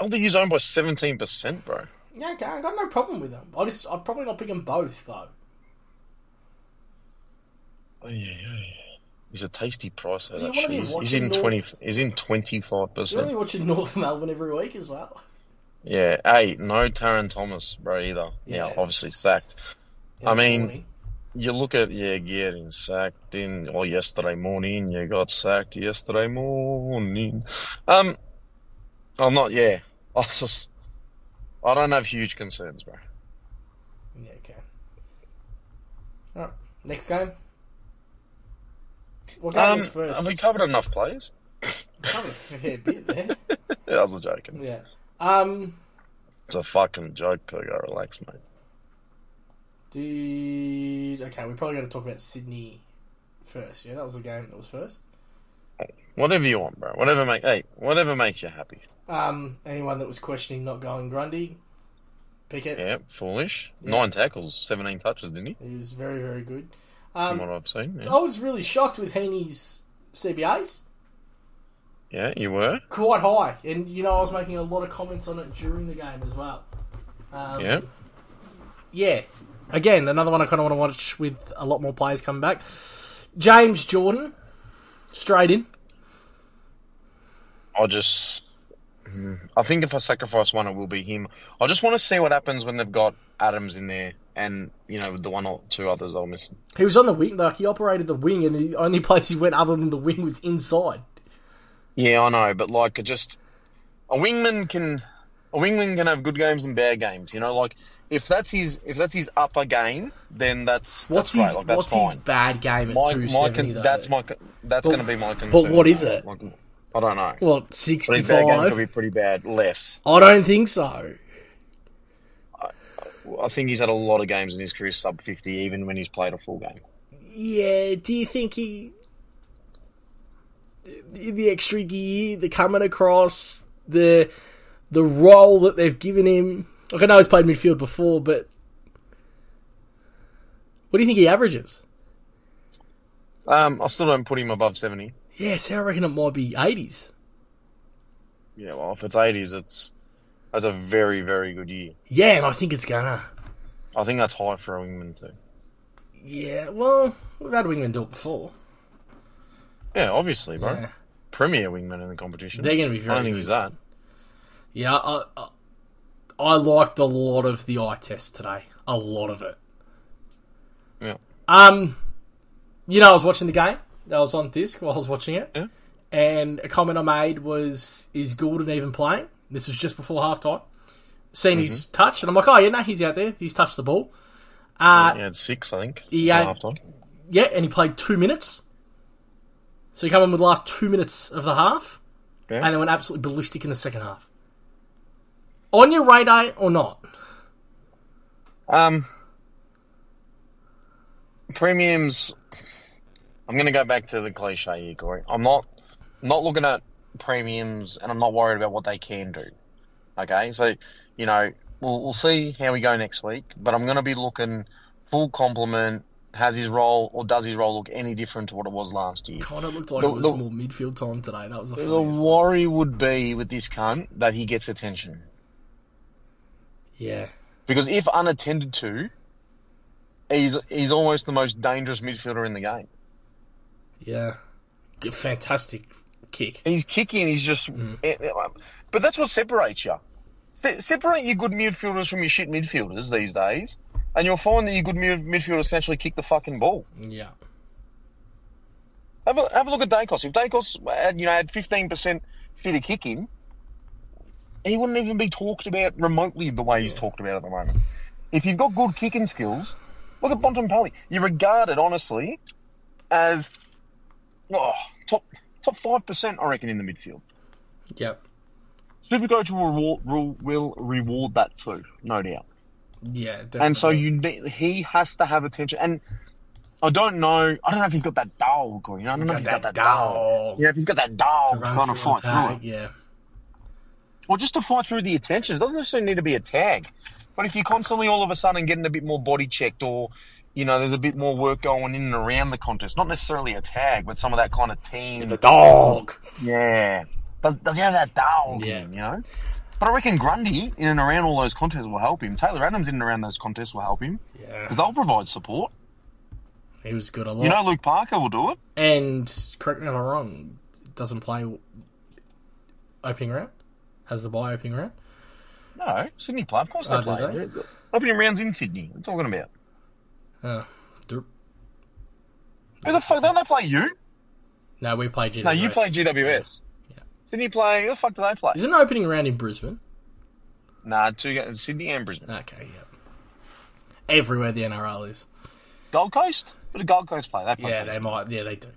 Speaker 2: LDU's owned by seventeen percent, bro.
Speaker 1: Yeah, okay, I got no problem with them. I just, I'm probably not picking both though.
Speaker 2: Oh, yeah, yeah, yeah. He's a tasty price. That
Speaker 1: Do you wanna
Speaker 2: actually.
Speaker 1: be
Speaker 2: He's, he's
Speaker 1: watching
Speaker 2: in
Speaker 1: North-
Speaker 2: twenty. He's in twenty five
Speaker 1: You're only
Speaker 2: percent.
Speaker 1: watching (laughs) North Melbourne every week as well.
Speaker 2: Yeah. Hey, no Taron Thomas, bro. Either. Yeah.
Speaker 1: Yeah,
Speaker 2: obviously
Speaker 1: it's-
Speaker 2: sacked. I
Speaker 1: Every
Speaker 2: mean,
Speaker 1: morning.
Speaker 2: You look at yeah, getting sacked in or yesterday morning. You got sacked yesterday morning. Um, I'm not. Yeah, (laughs) I was just. I don't have huge concerns, bro.
Speaker 1: yeah, okay. All right, next game. What game
Speaker 2: Um,
Speaker 1: was first?
Speaker 2: have we covered enough players?
Speaker 1: (laughs) Covered a fair bit there.
Speaker 2: (laughs) Yeah, I was joking.
Speaker 1: Yeah. Um.
Speaker 2: It's a fucking joke, Pergo. Relax, mate.
Speaker 1: Dude. Okay, we probably got to talk about Sydney first. Yeah, that was the game that was first.
Speaker 2: Whatever you want, bro. Whatever make hey, whatever makes you happy.
Speaker 1: Um. Anyone that was questioning not going Grundy, Pickett.
Speaker 2: Yeah, foolish.
Speaker 1: Yeah.
Speaker 2: Nine tackles, seventeen touches, didn't he?
Speaker 1: He was very very good.
Speaker 2: From
Speaker 1: Um.
Speaker 2: what I've seen. Yeah,
Speaker 1: I was really shocked with Heaney's CBAs.
Speaker 2: yeah you were.
Speaker 1: quite high, and you know I was making a lot of comments on it during the game as well. Um,
Speaker 2: Yeah.
Speaker 1: yeah, again, another one I kind of want to watch with a lot more players coming back. James Jordan, straight in.
Speaker 2: I'll just. hmm, I think if I sacrifice one, it will be him. I just want to see what happens when they've got Adams in there, and you know the one or two others I'll miss.
Speaker 1: He was on the wing, like he operated the wing, and the only (laughs) place he went other than the wing was inside.
Speaker 2: Yeah, I know, but like, it just a wingman can a wingman can have good games and bad games. You know, like if that's his if that's his upper game, then that's
Speaker 1: What's
Speaker 2: that's
Speaker 1: his
Speaker 2: right. Like,
Speaker 1: What's
Speaker 2: that's fine.
Speaker 1: his bad game at
Speaker 2: my,
Speaker 1: two
Speaker 2: my
Speaker 1: seventy?
Speaker 2: con- that's my con- that's
Speaker 1: But-
Speaker 2: going to be my concern.
Speaker 1: what
Speaker 2: though.
Speaker 1: is it?
Speaker 2: Like, I don't know.
Speaker 1: what
Speaker 2: But
Speaker 1: sixty
Speaker 2: his bad game's going
Speaker 1: five.
Speaker 2: to be pretty bad. Less.
Speaker 1: I don't think so.
Speaker 2: I think he's had a lot of games in his career sub fifty, even when he's played a full game.
Speaker 1: Yeah, do you think he the the extra gear, the coming across, the the role that they've given him? Like I know he's played midfield before, but what do you think he averages?
Speaker 2: Um, I still don't put him above seventy.
Speaker 1: Yeah, so I reckon it might be eighties.
Speaker 2: Yeah, well, if it's eighties, it's that's a very very good year.
Speaker 1: Yeah, and I think it's gonna.
Speaker 2: I think that's high for a wingman too.
Speaker 1: Yeah, well, we've had wingmen do it before.
Speaker 2: Yeah, obviously, bro.
Speaker 1: Yeah,
Speaker 2: Premier wingman in the competition.
Speaker 1: They're gonna be
Speaker 2: I
Speaker 1: very
Speaker 2: don't think
Speaker 1: good.
Speaker 2: he's that.
Speaker 1: yeah I, I, I liked a lot of the eye test today. A lot of it.
Speaker 2: Yeah.
Speaker 1: Um, you know, I was watching the game. I was on disc while I was watching it,
Speaker 2: Yeah.
Speaker 1: and a comment I made was, "Is Gordon even playing?" This was just before halftime. Seen his
Speaker 2: Mm-hmm.
Speaker 1: touch, and I'm like, "Oh yeah, no, he's out there. He's touched the ball." Uh,
Speaker 2: Yeah, it's six, I think.
Speaker 1: Yeah.
Speaker 2: Half time.
Speaker 1: yeah, and he played two minutes. So he came in with the last two minutes of the half,
Speaker 2: Yeah.
Speaker 1: and then went absolutely ballistic in the second half. On your radar or not?
Speaker 2: Um, premiums. I'm going to go back to the cliche here, Corey. I'm not not looking at premiums, and I'm not worried about what they can do. Okay, so you know we'll we'll see how we go next week, but I'm going to be looking full complement. Has his role or does his role look any different to what it was last year?
Speaker 1: Kind of looked like
Speaker 2: The-
Speaker 1: it was
Speaker 2: the-
Speaker 1: more midfield time today. That was the
Speaker 2: The
Speaker 1: funniest.
Speaker 2: worry would be with this cunt that he gets attention.
Speaker 1: Yeah,
Speaker 2: Because if unattended to, he's he's almost the most dangerous midfielder in the game.
Speaker 1: yeah, Good- fantastic kick.
Speaker 2: He's kicking. He's just. eh, eh, But that's what separates you. Se- separate your good midfielders from your shit midfielders these days, and you'll find that your good mid- midfielders can actually kick the fucking ball.
Speaker 1: Yeah.
Speaker 2: Have a have a look at Dacos. If Dacos had you know had fifteen percent fitter kicking, he wouldn't even be talked about remotely the way he's talked about at the moment. If you've got good kicking skills, look at Bontempelli. You're regarded honestly as oh, top top five percent, I reckon, in the midfield.
Speaker 1: Yep.
Speaker 2: Supercoach will reward, will, will reward that too, no doubt.
Speaker 1: Yeah. Definitely.
Speaker 2: And so you need, he has to have attention. And I don't know. I don't know if he's got that dog, or you know, I don't know if he's got that dog. Yeah, if he's got that dog to
Speaker 1: Run
Speaker 2: kind of
Speaker 1: through
Speaker 2: fight
Speaker 1: a tag,
Speaker 2: through it,
Speaker 1: Yeah.
Speaker 2: or just to fight through the attention. It doesn't necessarily need to be a tag, but if you're constantly all of a sudden getting a bit more body checked, or you know, there's a bit more work going in and around the contest, not necessarily a tag, but some of that kind of team.
Speaker 1: The dog.
Speaker 2: Yeah. Does, does he have that dog?
Speaker 1: Yeah.
Speaker 2: Yeah. you know? But I reckon Grundy in and around all those contests will help him. Taylor Adams in and around those contests will help him
Speaker 1: Yeah.
Speaker 2: because they'll provide support.
Speaker 1: He was good a lot.
Speaker 2: You know, Luke Parker will do it.
Speaker 1: and correct me if I'm wrong. Doesn't play opening round. Has the bye opening round.
Speaker 2: No, Sydney play. Of course they
Speaker 1: Oh, do
Speaker 2: play. Opening rounds in Sydney. We're talking about.
Speaker 1: Uh, derp.
Speaker 2: Who the fuck don't they play you?
Speaker 1: no, we play GWS.
Speaker 2: No, you play GWS.
Speaker 1: Yeah.
Speaker 2: Sydney play. Who the fuck do they play?
Speaker 1: Is it an opening round in Brisbane?
Speaker 2: Nah, two ga- Sydney and Brisbane.
Speaker 1: Okay. Yep. Everywhere the NRL is.
Speaker 2: Gold Coast. Who do Gold Coast play? They play.
Speaker 1: Yeah, they
Speaker 2: Coast.
Speaker 1: might. Yeah, they do.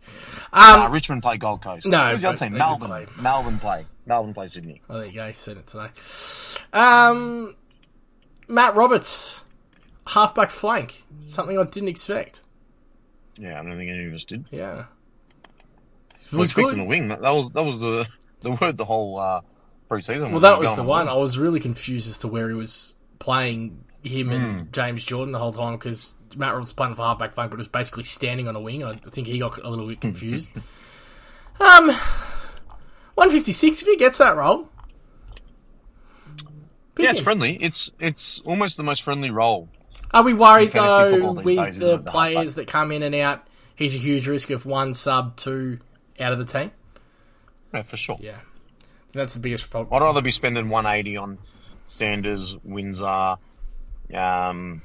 Speaker 2: Nah,
Speaker 1: Um,
Speaker 2: Richmond play Gold Coast.
Speaker 1: No,
Speaker 2: who's the other
Speaker 1: but
Speaker 2: team?
Speaker 1: they do
Speaker 2: Melbourne.
Speaker 1: play.
Speaker 2: Melbourne play. Melbourne play Sydney.
Speaker 1: oh, there you go. Seen it today. Um, Matt Roberts, halfback flank. Something I didn't expect.
Speaker 2: Yeah, I don't think any of us did.
Speaker 1: Yeah.
Speaker 2: I was expecting the wing. That that was that was the the word the whole uh, preseason.
Speaker 1: Well, that was the one. I was really confused as to where he was playing him
Speaker 2: Hmm.
Speaker 1: and James Jordan the whole time because Matt Roberts was playing for halfback flank, but was basically standing on a wing. I think he got a little bit confused.
Speaker 2: (laughs)
Speaker 1: um, one fifty six. If he gets that role,
Speaker 2: Yeah, it's
Speaker 1: Pick him.
Speaker 2: friendly. It's it's almost the most friendly role
Speaker 1: Are we worried though
Speaker 2: fantasy football these
Speaker 1: with
Speaker 2: days
Speaker 1: the
Speaker 2: isn't the hard
Speaker 1: players that come in and out? He's a huge risk of one sub, two out of the team.
Speaker 2: Yeah, for sure.
Speaker 1: Yeah, that's the biggest problem.
Speaker 2: I'd rather be spending 180 on Sanders, Windsor. Um,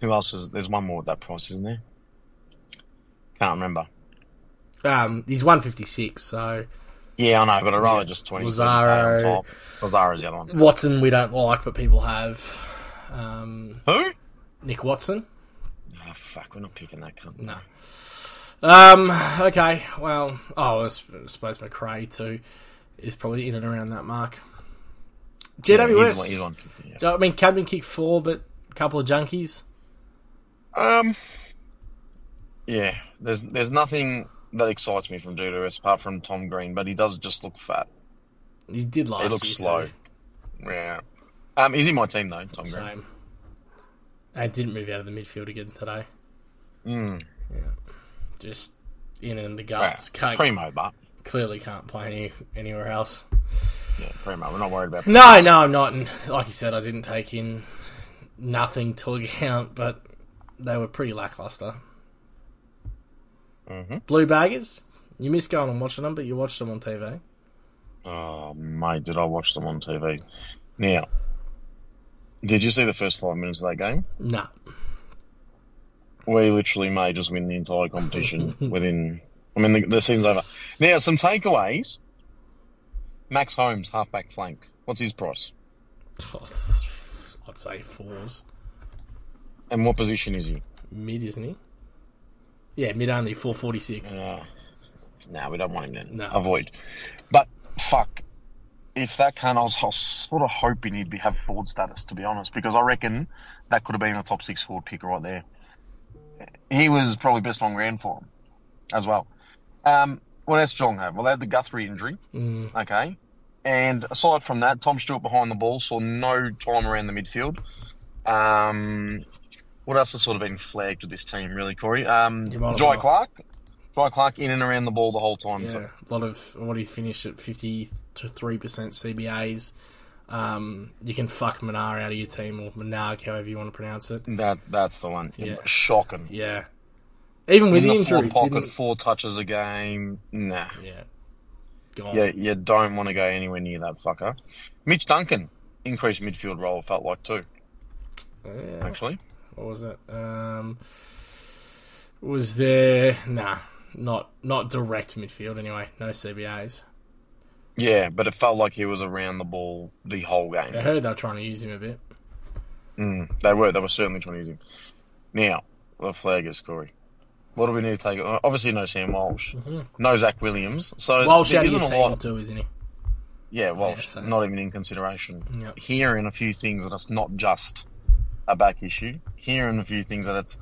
Speaker 2: who else is there's one more at that price, isn't there? Can't remember.
Speaker 1: Um, he's one fifty six. So
Speaker 2: Yeah, I know, but I'd rather just 20.
Speaker 1: Lazaro.
Speaker 2: On top. Lazzaro's the other
Speaker 1: (laughs)
Speaker 2: one.
Speaker 1: Watson, we don't like, but people have. Um,
Speaker 2: Who?
Speaker 1: Nick Watson.
Speaker 2: Oh, fuck, we're not picking that cunt.
Speaker 1: No. Um. Okay. Well. Oh, I s- I suppose McRae too is probably in and around that mark.
Speaker 2: Yeah,
Speaker 1: JWS.
Speaker 2: he's, he's on 50, yeah.
Speaker 1: I mean, Cabin kicked four, but a couple of junkies.
Speaker 2: Um, yeah, there's there's nothing that excites me from GWS apart from Tom Green, but he does just look fat.
Speaker 1: He did last
Speaker 2: He looks
Speaker 1: year,
Speaker 2: slow.
Speaker 1: too.
Speaker 2: Yeah. Um, he's in my team though, Tom Green.
Speaker 1: Same. And didn't move out of the midfield again today.
Speaker 2: Mm,
Speaker 1: Just in and the
Speaker 2: yeah.
Speaker 1: guts. Can't,
Speaker 2: Primo, but
Speaker 1: clearly can't play any, anywhere else.
Speaker 2: yeah, Primo. We're not
Speaker 1: (laughs)
Speaker 2: worried about.
Speaker 1: No, no, I'm not. And like you said, I didn't take in nothing to account, but they were pretty lackluster.
Speaker 2: Mhm.
Speaker 1: Blue baggers. You missed going and watching them, but you watched them on TV.
Speaker 2: Oh mate, did I watch them on TV? Now, did you see the first five minutes of that game?
Speaker 1: Nah.
Speaker 2: We literally may just win the entire
Speaker 1: (laughs)
Speaker 2: competition within. I mean, the, the season's over. Now, some takeaways. Max Holmes, halfback flank. What's his price?
Speaker 1: I'd say fours.
Speaker 2: And what position is he?
Speaker 1: Mid, isn't he? Yeah, mid only, 446.
Speaker 2: Uh, no, we don't want him then.
Speaker 1: No.
Speaker 2: Avoid. But fuck, if that can, I was, I was sort of hoping he'd be have forward status to be honest, because I reckon that could have been a top six forward pick right there. He was probably best on ground for him as well. Um, what else Geelong have? Well, they had the Guthrie injury.
Speaker 1: Mm.
Speaker 2: Okay. And aside from that, Tom Stewart behind the ball saw no time around the midfield. Um, what else has sort of been flagged with this team, really, Corey? Um,
Speaker 1: You might as
Speaker 2: Jai
Speaker 1: well.
Speaker 2: Clark. Jai Clark in and around the ball the whole time.
Speaker 1: Yeah,
Speaker 2: too.
Speaker 1: a lot of what he's finished at 50 to 3% CBAs. Um, you can fuck Minar out of your team, or Minarg, however you want to pronounce it.
Speaker 2: That that's the one.
Speaker 1: Yeah.
Speaker 2: Shocking.
Speaker 1: Yeah. Even with
Speaker 2: In
Speaker 1: the,
Speaker 2: the
Speaker 1: injury,
Speaker 2: four pocket,
Speaker 1: didn't-
Speaker 2: four touches a game. Nah.
Speaker 1: Yeah. Gone.
Speaker 2: Yeah, you don't want to go anywhere near that fucker. Mitch Duncan increased midfield role felt like too.
Speaker 1: Yeah.
Speaker 2: Actually,
Speaker 1: What was it? Um, was there? Nah, not not direct midfield anyway. No CBAs.
Speaker 2: yeah, but it felt like he was around the ball the whole game.
Speaker 1: I heard they were trying to use him a bit.
Speaker 2: Mm, they were. They were certainly trying to use him. Now, the flag is Corey. What do we need to take? uh, Obviously, no Sam Walsh, no Zach Williams. So
Speaker 1: Mm-hmm. Walsh
Speaker 2: there
Speaker 1: out of
Speaker 2: isn't
Speaker 1: your
Speaker 2: a
Speaker 1: team
Speaker 2: lot.
Speaker 1: too, isn't he?
Speaker 2: Yeah, Walsh,
Speaker 1: so-
Speaker 2: not even in consideration.
Speaker 1: Yep.
Speaker 2: Hearing a few things that it's not just a back issue. Hearing a few things that it's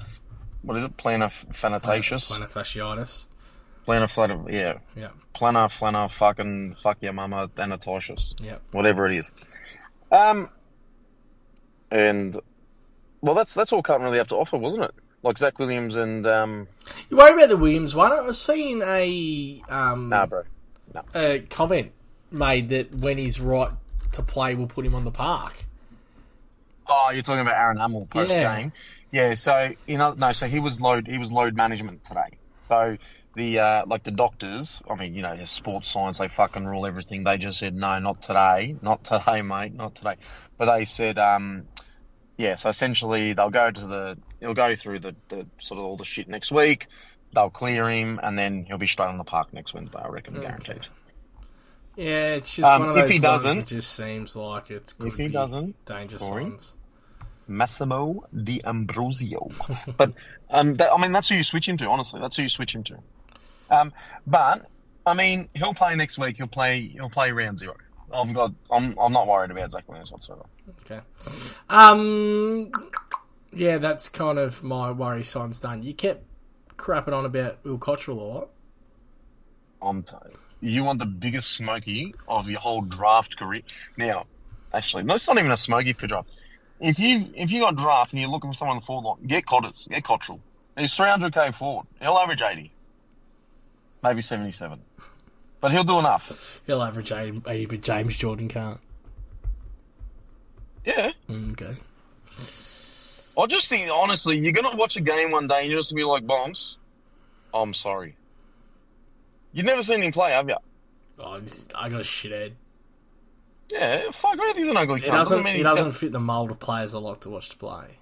Speaker 2: what is it? Planar fanatatious.
Speaker 1: Plantar fasciitis.
Speaker 2: Planar flat. Yeah,
Speaker 1: Yeah,
Speaker 2: planar flanner fucking fuck your mama anatatious.
Speaker 1: yeah.
Speaker 2: whatever it is. Um, and well, that's that's all Carlton really have to offer, wasn't it? Like Zach Williams and um,
Speaker 1: You worry about the Williams one. I was seeing a um
Speaker 2: nah, bro.
Speaker 1: a comment made that when he's right to play, we'll put him on the park.
Speaker 2: Oh, you're talking about Aaron Hamill post
Speaker 1: Yeah.
Speaker 2: game. Yeah. So you know, no. So he was load. He was load management today. So the uh, like the doctors. I mean, you know, sports science. They fucking rule everything. They just said no, not today, not today, mate, not today. But they said, um, yeah. So essentially, they'll go to the. He'll go through the, the sort of all the shit next week. They'll clear him, and then he'll be straight on the park next Wednesday. I reckon, guaranteed.
Speaker 1: Yeah, it's just
Speaker 2: Um,
Speaker 1: one of
Speaker 2: if
Speaker 1: those
Speaker 2: he
Speaker 1: ones
Speaker 2: doesn't-
Speaker 1: that just seems like it's good.
Speaker 2: If he doesn't,
Speaker 1: dangerous
Speaker 2: Corey?
Speaker 1: signs.
Speaker 2: Massimo Di Ambrosio. but um, that, I mean, that's who you switch him to. Honestly, that's who you switch him to. Um, but I mean, he'll play next week. He'll play. He'll play round zero. I've got. I'm. I'm not worried about Zach Williams whatsoever.
Speaker 1: Okay. Um. Yeah, that's kind of my worry. Sign's done. You kept crapping on about Will Cottrell a lot.
Speaker 2: I'm. T- you want the biggest smoky of your whole draft career. Now, actually, no, it's not even a smoky for draft. If you if you got draft and you're looking for someone in the forward line, get Cotters, get Cottrell. He's 300k forward. He'll average 80, maybe 77, but he'll do enough.
Speaker 1: He'll average eighty, 80 but James Jordan can't.
Speaker 2: Yeah.
Speaker 1: Mm, Okay.
Speaker 2: I just think, honestly, you're going to watch a game one day and you're just going to be like, Bombs, I'm sorry. You've never seen him play, have you?
Speaker 1: Oh, I'm just- I got a shithead.
Speaker 2: Yeah, fuck, Earth is an ugly
Speaker 1: It
Speaker 2: cunt.
Speaker 1: doesn't.
Speaker 2: mean
Speaker 1: It
Speaker 2: he
Speaker 1: doesn't fit the mold of players I like to watch to play.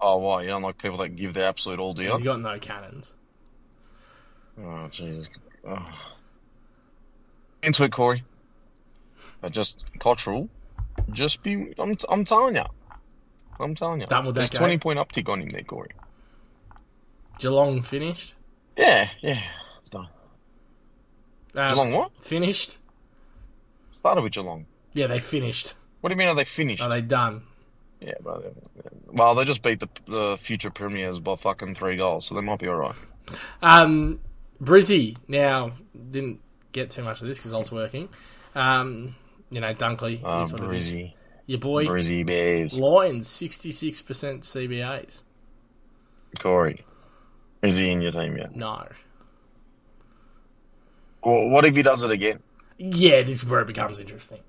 Speaker 2: Oh, why? You don't like people that give their absolute all deal?
Speaker 1: He's got no cannons.
Speaker 2: Oh, Jesus. Oh. Into it, Corey. But just cultural. Just be. I'm, I'm telling you. I'm telling you.
Speaker 1: Done with that
Speaker 2: There's
Speaker 1: game.
Speaker 2: 20 point uptick on him there, Corey.
Speaker 1: Geelong finished.
Speaker 2: Yeah, yeah. It's done.
Speaker 1: Um,
Speaker 2: Geelong what?
Speaker 1: Finished.
Speaker 2: Started with Geelong.
Speaker 1: Yeah, they finished.
Speaker 2: What do you mean? Are they finished?
Speaker 1: Are they done?
Speaker 2: Yeah, bro. they- Well, they just beat the, the future premiers by fucking three goals, so they might be alright.
Speaker 1: Um, Brizzy now didn't get too much of this because I was working. Um, you know, Dunkley
Speaker 2: Uh,
Speaker 1: is what it is.
Speaker 2: Brizzy,
Speaker 1: Your boy
Speaker 2: Brizzy Bears,
Speaker 1: Lions, sixty-six percent CBAs.
Speaker 2: Corey. Is he in your team yet?
Speaker 1: No.
Speaker 2: Well, what if he does it again?
Speaker 1: Yeah, this is where it becomes interesting.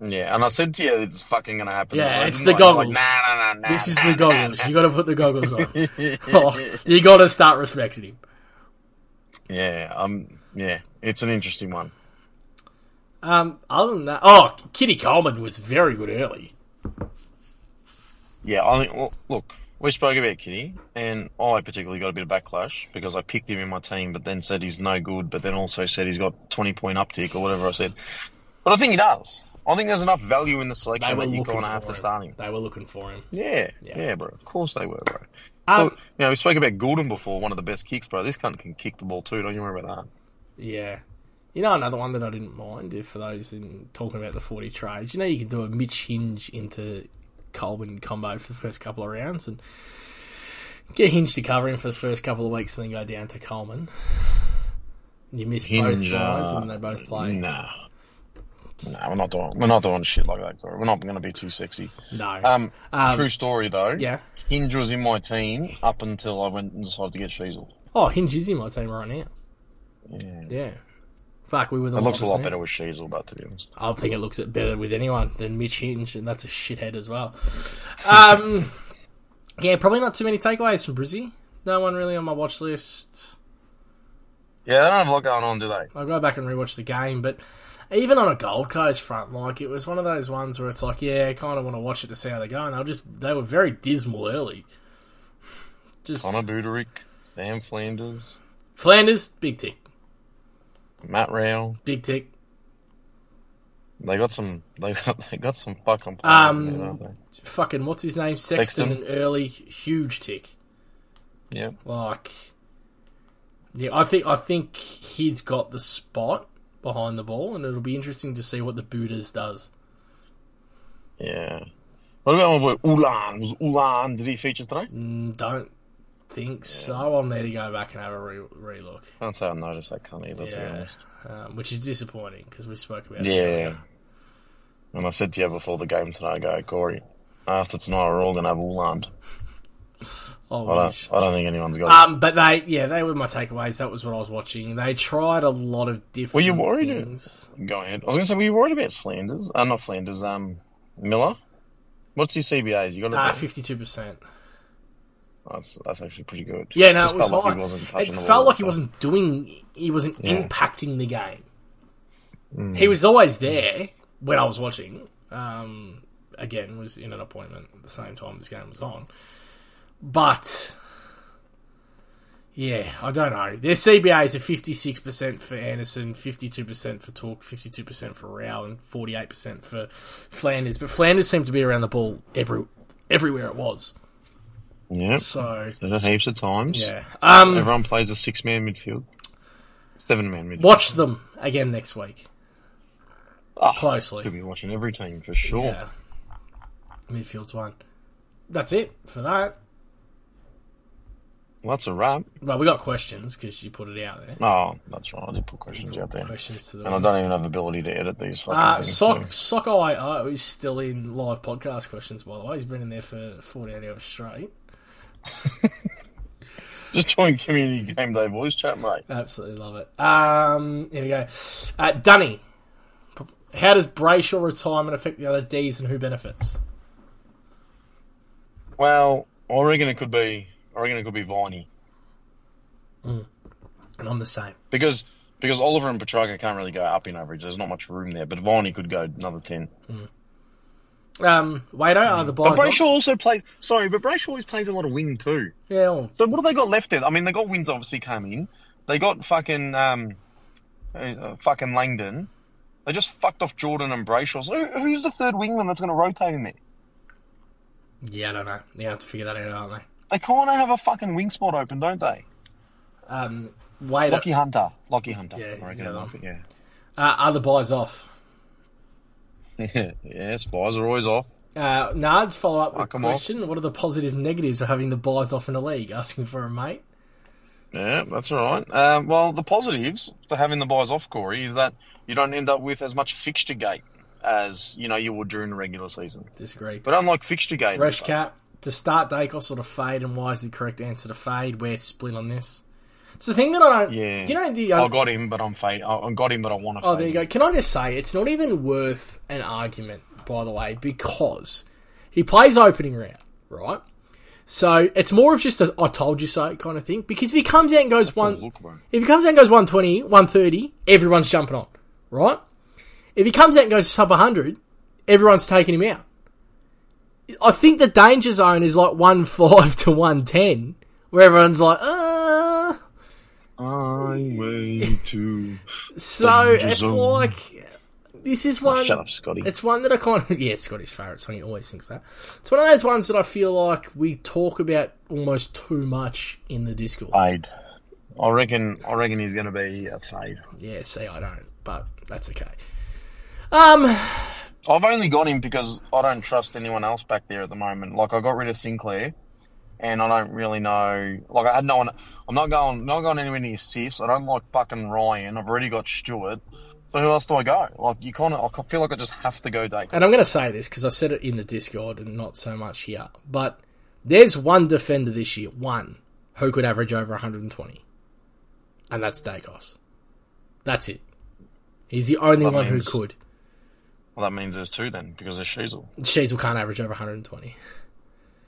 Speaker 2: Yeah, and I said to you, it's fucking gonna happen.
Speaker 1: Yeah,
Speaker 2: So I
Speaker 1: it's
Speaker 2: didn't
Speaker 1: the
Speaker 2: like-
Speaker 1: goggles.
Speaker 2: Like, nah, nah, nah, nah.
Speaker 1: This is
Speaker 2: nah,
Speaker 1: the goggles. You got to put the goggles on. Oh,
Speaker 2: nah.
Speaker 1: you got to start respecting him.
Speaker 2: yeah, um, yeah, it's an interesting one.
Speaker 1: Um, other than that, oh, Kitty Coleman was very good early.
Speaker 2: Yeah, I think. Well, look, we spoke about Kitty, and I particularly got a bit of backlash because I picked him in my team, but then said he's no good, but then also said he's got twenty point uptick or whatever I said. But I think he does. I think there's enough value in the
Speaker 1: They
Speaker 2: selection
Speaker 1: were
Speaker 2: that you're
Speaker 1: looking
Speaker 2: going to
Speaker 1: for
Speaker 2: have to
Speaker 1: him.
Speaker 2: start him.
Speaker 1: They were looking for him.
Speaker 2: Yeah, yeah,
Speaker 1: Yeah.
Speaker 2: bro. Of course they were, bro.
Speaker 1: Um,
Speaker 2: Look, you know, we spoke about Goulden before, one of the best kicks, bro. This cunt can kick the ball too. Don't you worry about that.
Speaker 1: Yeah. You know another one that I didn't mind if for those in talking about the forty trades, you know you can do a Mitch Hinge into Colbin combo for the first couple of rounds and get Hinge to cover him for the first couple of weeks and then go down to Coleman. And you miss both tries and
Speaker 2: uh,
Speaker 1: they both play.
Speaker 2: No, no, we're not doing we're not doing shit like that, Corey. We're not going to be too sexy.
Speaker 1: No.
Speaker 2: Um,
Speaker 1: Um,
Speaker 2: true story though.
Speaker 1: yeah.
Speaker 2: Hinge was in my team up until I went and decided to get Sheasel.
Speaker 1: Oh, Hinge is in my team right now.
Speaker 2: Yeah.
Speaker 1: Yeah. Fuck, we were the
Speaker 2: It looks a lot
Speaker 1: 1%.
Speaker 2: better with Sheasel, but to be honest,
Speaker 1: I don't think it looks better with anyone than Mitch Hinge, and that's a shithead as well. Um, yeah, probably not too many takeaways from Brizzy. No one really on my watch list.
Speaker 2: yeah, they don't have a lot going on, do they?
Speaker 1: I'll go back and rewatch the game, but even on a Gold Coast front, like it was one of those ones where it's like, yeah, I kind of want to watch it to see how they go, and they were just they were very dismal early. Just
Speaker 2: Connor Buderick, Sam Flanders,
Speaker 1: Flanders, big tick,
Speaker 2: Matt Rao.
Speaker 1: big tick.
Speaker 2: They got some. They got. (laughs) They got some fucking players
Speaker 1: Um,
Speaker 2: in there, don't they?
Speaker 1: Fucking what's his name? Sexton,
Speaker 2: Sexton.
Speaker 1: and early huge tick.
Speaker 2: Yeah.
Speaker 1: Like, yeah, I think I think he's got the spot behind the ball, and it'll be interesting to see what the Buddhas does.
Speaker 2: Yeah. What about my boy Ulan? Was Ulan did he feature today?
Speaker 1: Mm, Don't think so. I'll need to go back and have a re- relook,
Speaker 2: Can't say I noticed that cunt either. To be
Speaker 1: Yeah.
Speaker 2: honest.
Speaker 1: um, which is disappointing because we spoke about it.
Speaker 2: Yeah. And I said to you before the game tonight, I go, Corey, after tonight we're all going to have Uland. I
Speaker 1: Oh,
Speaker 2: don't, I don't think anyone's got it.
Speaker 1: um, but they, yeah, they were my takeaways. That was what I was watching. They tried a lot of different.
Speaker 2: Were you worried?
Speaker 1: Things.
Speaker 2: Go ahead. I was going to say, were you worried about Flanders? Uh, not Flanders, um, Miller? What's his CBAs? You
Speaker 1: Ah,
Speaker 2: got it?
Speaker 1: fifty-two percent.
Speaker 2: that's, that's actually pretty good.
Speaker 1: Yeah, no,
Speaker 2: Just
Speaker 1: it was
Speaker 2: felt
Speaker 1: high.
Speaker 2: like he wasn't touching
Speaker 1: it
Speaker 2: the
Speaker 1: felt
Speaker 2: ball
Speaker 1: like he
Speaker 2: that
Speaker 1: wasn't doing, he wasn't
Speaker 2: Yeah. Hmm.
Speaker 1: impacting the game. He was always there when I was watching. Um, again, was in an appointment at the same time this game was on, but yeah, I don't know. Their CBAs are fifty-six percent for Anderson, fifty-two percent for Talk, fifty-two percent for Rao, and forty-eight percent for Flanders. But Flanders seemed to be around the ball every everywhere it was.
Speaker 2: far. Yeah,
Speaker 1: So
Speaker 2: did it heaps of times.
Speaker 1: yeah, um,
Speaker 2: Everyone plays a six man midfield, seven man midfield.
Speaker 1: Watch them again next week
Speaker 2: Ah, Could
Speaker 1: closely.
Speaker 2: be watching every team for sure.
Speaker 1: Yeah. Midfield's one. That's it for that.
Speaker 2: Well, that's a wrap.
Speaker 1: Well, we got questions because you put it out there.
Speaker 2: Oh, that's right. I did put questions out there.
Speaker 1: Questions to the
Speaker 2: And I don't even have the ability to edit these fucking
Speaker 1: uh,
Speaker 2: things.
Speaker 1: Sock
Speaker 2: too.
Speaker 1: Sock IO is still in live podcast questions. By the way, he's been in there for forty-eight hours straight.
Speaker 2: Just join Community Game Day Voice Chat, mate.
Speaker 1: Absolutely love it. Um, here we go. Uh, Dunny, how does Brayshaw retirement affect the other D's and who benefits?
Speaker 2: Well, I reckon it could be. I reckon it could be Viney
Speaker 1: And I'm the same.
Speaker 2: because because Oliver and Petrarca can't really go up in average. There's not much room there, but Viney could go another ten.
Speaker 1: Um, Wado are the
Speaker 2: But
Speaker 1: buys.
Speaker 2: Brayshaw also plays. Sorry, but Brayshaw always plays a lot of wing too.
Speaker 1: Yeah, well,
Speaker 2: So what have they got left there? I mean, they got wins obviously coming in. They got fucking um, uh, uh, fucking Langdon. They just fucked off Jordan and Brayshaw. So who, who's the third wingman that's going to rotate in there?
Speaker 1: yeah, I don't know. They have to figure that out, aren't they?
Speaker 2: They kind of have a fucking wing spot open, don't they?
Speaker 1: Um, Wado
Speaker 2: Lucky Hunter, Lucky Hunter.
Speaker 1: Yeah,
Speaker 2: I
Speaker 1: he's the
Speaker 2: reckon I
Speaker 1: other
Speaker 2: like it,
Speaker 1: uh, are the buys off.
Speaker 2: yeah. (laughs) yeah, spies are always off.
Speaker 1: Uh, Nard's follow up
Speaker 2: Fuck 'em
Speaker 1: question: What are the positive and negatives of having the buys off in a league? Asking for a mate.
Speaker 2: Yeah, that's all right. Um, well, the positives to having the buys off, Corey, is that you don't end up with as much fixture gate as you know you would during the regular season.
Speaker 1: Disagree.
Speaker 2: But unlike fixture gate,
Speaker 1: Fresh cap to start Dacos or to fade, and why is the correct answer to fade? We're split on this. It's the thing that I don't.
Speaker 2: Yeah.
Speaker 1: You know the. uh,
Speaker 2: I got him, but I'm fade. I I got him, but I want to.
Speaker 1: Oh, there you go. Can I just say it's not even worth an argument, by the way, because he plays opening round, right? So it's more of just a "I told you so" kind of thing. Because if he comes out and goes one,
Speaker 2: look, bro.
Speaker 1: if he comes out and goes 120, 130, everyone's jumping on, right? If he comes out and goes sub 100, everyone's taking him out. I think the danger zone is like 1.5 (laughs) to 110, where everyone's like, uh. (laughs)
Speaker 2: I'm way too.
Speaker 1: So
Speaker 2: Danger
Speaker 1: it's
Speaker 2: zone. Oh,
Speaker 1: like, this is one.
Speaker 2: Shut up, Scotty.
Speaker 1: It's one that I kind of (laughs) yeah, Scotty's favourite song. He always thinks that. It's one of those ones that I feel like we talk about almost too much in the Discord.
Speaker 2: fade. I reckon. I reckon he's going to be a fade.
Speaker 1: yeah, see, I don't, but that's okay. Um,
Speaker 2: I've only got him because I don't trust anyone else back there at the moment. Like I got rid of Sinclair, and I don't really know. Like I had no one. I'm not going. Not going anywhere near Sis. I don't like fucking Ryan. I've already got Stewart. So who else do I go? Like you kind of. I feel like I just have to go Dacre.
Speaker 1: and I'm going to say this because I said it in the Discord and not so much here, but there's one defender this year, one who could average over 120, and that's Dacos. That's it. He's the only one
Speaker 2: means-
Speaker 1: who could.
Speaker 2: Well, that means there's two then because there's Sheasel.
Speaker 1: Sheasel can't average over 120.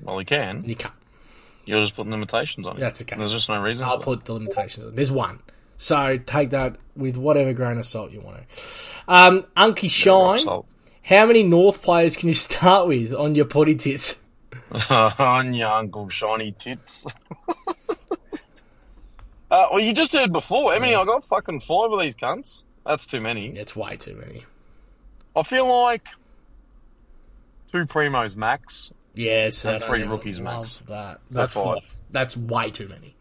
Speaker 2: Well, he can.
Speaker 1: You can't.
Speaker 2: You're just putting limitations on him.
Speaker 1: That's okay.
Speaker 2: There's just no reason.
Speaker 1: I'll
Speaker 2: for that.
Speaker 1: put the limitations on. There's one. So take that with whatever grain of salt you want to. Um, Unky
Speaker 2: Rock
Speaker 1: Shine,
Speaker 2: salt.
Speaker 1: how many North players can you start with on your potty tits?
Speaker 2: on your Uncle Shiny Tits. (laughs) uh, well, you just heard before. I mean, I got fucking five of these cunts. That's too many.
Speaker 1: It's way too many.
Speaker 2: I feel like two primos max.
Speaker 1: Yeah, so
Speaker 2: And
Speaker 1: I
Speaker 2: three
Speaker 1: don't
Speaker 2: rookies,
Speaker 1: love
Speaker 2: max.
Speaker 1: That. That's
Speaker 2: five.
Speaker 1: five. That's way too many.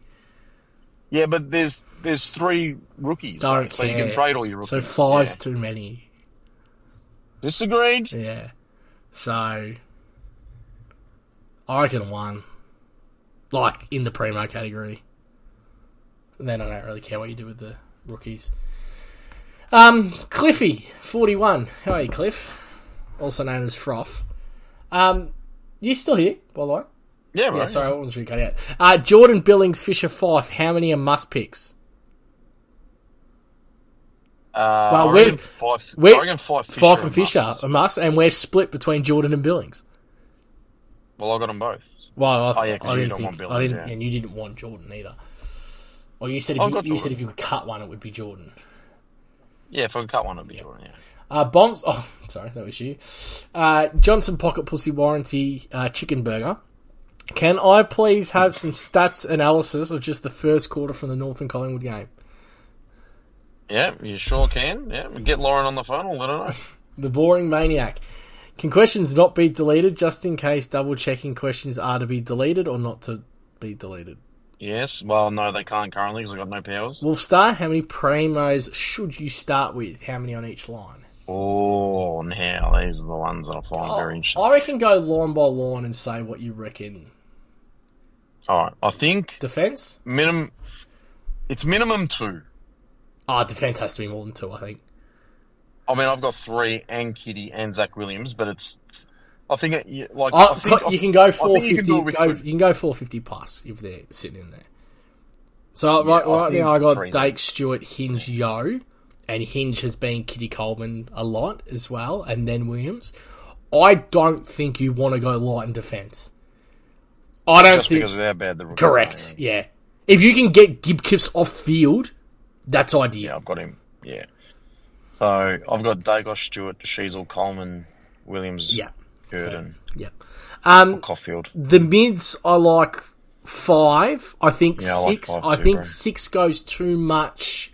Speaker 2: Yeah, but there's there's three rookies,
Speaker 1: Don't
Speaker 2: mate, so you
Speaker 1: care.
Speaker 2: can trade all your
Speaker 1: So
Speaker 2: rookies.
Speaker 1: five's
Speaker 2: Yeah.
Speaker 1: too many.
Speaker 2: Disagreed.
Speaker 1: Yeah. So I reckon one. Like in the primo category. And then I don't really care what you do with the rookies. Um, Cliffy, forty one. How are you, Cliff? Also known as Froth. Um, you still here, by the way?
Speaker 2: Yeah, bro.
Speaker 1: Yeah, sorry, I wasn't sure you cut out. Uh, Jordan Billings, Fisher Fife, how many are must picks?
Speaker 2: Uh,
Speaker 1: Well,
Speaker 2: I
Speaker 1: we're-
Speaker 2: reckon five.
Speaker 1: we're-
Speaker 2: I reckon five. Fisher
Speaker 1: Fife
Speaker 2: are
Speaker 1: and Fisher
Speaker 2: musts.
Speaker 1: are must, and we're split between Jordan and Billings.
Speaker 2: Well, I got them both.
Speaker 1: Well, I,
Speaker 2: Oh, yeah, 'cause
Speaker 1: I
Speaker 2: you
Speaker 1: didn't
Speaker 2: don't
Speaker 1: think,
Speaker 2: want
Speaker 1: I
Speaker 2: Billings,
Speaker 1: didn't,
Speaker 2: yeah.
Speaker 1: and you didn't want Jordan either. Well, you said if
Speaker 2: I've
Speaker 1: you,
Speaker 2: got
Speaker 1: you said
Speaker 2: Jordan.
Speaker 1: if you could cut one, it would be Jordan.
Speaker 2: Yeah, if I could cut one, it'd be Jordan. Yeah.
Speaker 1: Uh, bombs. Oh, (laughs) sorry, that was you. Uh, Johnson Pocket Pussy Warranty uh, Chicken Burger. Can I please have some stats analysis of just the first quarter from the North and Collingwood game?
Speaker 2: Yeah, you sure can. Yeah, get Lauren on the phone. I'll let her know.
Speaker 1: The boring maniac. Can questions not be deleted just in case double checking questions are to be deleted or not to be deleted?
Speaker 2: Yes. Well, no, they can't currently because I've got no powers.
Speaker 1: Wolfstar, how many primos should you start with? How many on each line?
Speaker 2: Oh, now these are the ones that I find
Speaker 1: Oh,
Speaker 2: very interesting.
Speaker 1: I reckon go line by line and say what you reckon.
Speaker 2: All right, I think
Speaker 1: Defense?
Speaker 2: minimum. It's minimum two.
Speaker 1: Ah, defense has to be more than two, I think.
Speaker 2: I mean, I've got three and Kitty and Zach Williams, but it's. I think it, you- like
Speaker 1: Oh,
Speaker 2: I think
Speaker 1: you can go
Speaker 2: I think you
Speaker 1: 450.
Speaker 2: can do
Speaker 1: You
Speaker 2: it with
Speaker 1: can, go,
Speaker 2: two.
Speaker 1: you can go 450 plus if they're sitting in there. So right,
Speaker 2: I
Speaker 1: right
Speaker 2: think
Speaker 1: now I got
Speaker 2: three.
Speaker 1: Dake Stewart, Hinge, Yo, and Hinge has been Kitty Coleman a lot as well, and then Williams. I don't think you want to go light in defense. I don't
Speaker 2: Just
Speaker 1: think
Speaker 2: because of how bad the rookies are,
Speaker 1: correct. Yeah, if you can get Gibkiss off field, that's ideal.
Speaker 2: Yeah, I've got him. Yeah. So I've got Dagos Stewart, Sheasel, Coleman, Williams,
Speaker 1: Yeah,
Speaker 2: Gurdon,
Speaker 1: yeah. Um,
Speaker 2: Caulfield.
Speaker 1: the mids I like five. I think
Speaker 2: Yeah, I like
Speaker 1: six. I,
Speaker 2: five too,
Speaker 1: think
Speaker 2: bro.
Speaker 1: six goes too much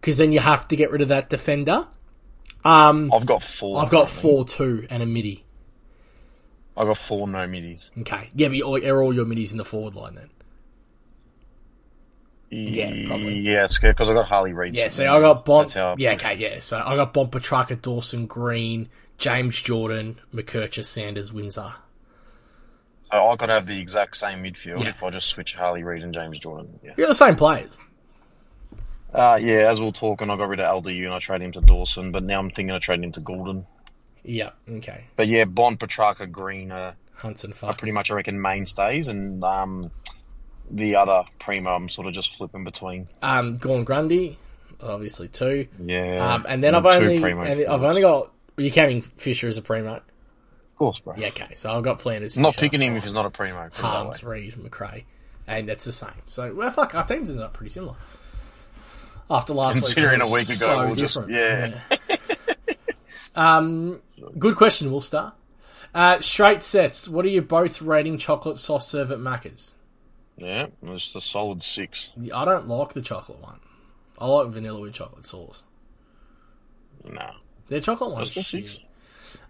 Speaker 1: because then you have to get rid of that defender. Um,
Speaker 2: I've got four.
Speaker 1: I've got
Speaker 2: currently.
Speaker 1: four two and a midi.
Speaker 2: I've got four no middies.
Speaker 1: Okay, yeah, but you're- are all your middies in the forward line then? Yeah, probably.
Speaker 2: Yes, because I've got Harley Reid.
Speaker 1: Yeah, see,
Speaker 2: sitting
Speaker 1: I got Bomb.
Speaker 2: That's how I
Speaker 1: Yeah,
Speaker 2: push
Speaker 1: okay, yeah. So I got Bomb Petrarca, Dawson Green, James Jordan, McKercher, Sanders, Windsor.
Speaker 2: So I could have the exact same midfield
Speaker 1: Yeah.
Speaker 2: if I just switch Harley Reid and James Jordan. Yeah.
Speaker 1: You're the same players.
Speaker 2: Uh, yeah, as we'll talk, and I got rid of LDU and I traded him to Dawson, but now I'm thinking of trading him to Golden.
Speaker 1: Yeah. Okay.
Speaker 2: But yeah, Bond, Petrarca, Green are
Speaker 1: Hunts and fucks.
Speaker 2: pretty much, I reckon, mainstays, and um, the other Primo I'm sort of just flipping between.
Speaker 1: Um, Gorn Grundy, obviously too.
Speaker 2: Yeah.
Speaker 1: Um, and then I've
Speaker 2: two
Speaker 1: only
Speaker 2: Primo
Speaker 1: and I've
Speaker 2: forwards.
Speaker 1: only got are you counting Fisher as a primo?
Speaker 2: Of course, bro.
Speaker 1: Yeah, okay. So I've got Flanders.
Speaker 2: I'm not
Speaker 1: Fisher,
Speaker 2: picking him if he's not a primo. put it that way.
Speaker 1: Harms, Reed, McRae, and that's the same. So well, fuck, our teams ended up pretty similar. After last week,
Speaker 2: Considering
Speaker 1: it
Speaker 2: a
Speaker 1: was
Speaker 2: week ago,
Speaker 1: so
Speaker 2: we were just-
Speaker 1: different.
Speaker 2: yeah. (laughs)
Speaker 1: Yeah. um, good question, Woolstar. Uh, straight sets. What are you both rating chocolate soft serve at Macca's?
Speaker 2: Yeah, it's a solid six.
Speaker 1: I don't like the chocolate one. I like vanilla with chocolate sauce.
Speaker 2: Nah.
Speaker 1: Their chocolate one's
Speaker 2: It's a
Speaker 1: shit.
Speaker 2: six.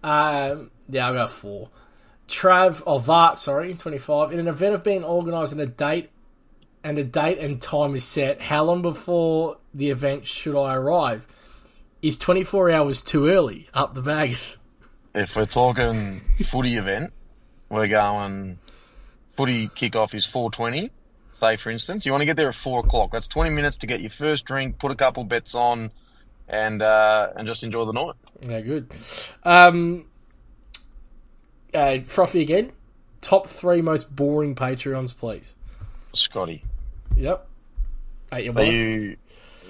Speaker 1: Um, yeah, I'll go four. Trav, or Vart, sorry, 25. In an event of being organised and a date, and a date and time is set, how long before the event should I arrive? Is 24 hours too early? Up the bags.
Speaker 2: If we're talking footy event, we're going footy kickoff is 4.20. Say, for instance, you want to get there at 4 o'clock. That's 20 minutes to get your first drink, put a couple bets on, and uh, and just enjoy the night.
Speaker 1: (laughs) Yeah, good. Um, uh, Frothy again. Top three most boring Patreons, please.
Speaker 2: Scotty,
Speaker 1: Yep. Eight your
Speaker 2: are
Speaker 1: bloke.
Speaker 2: you...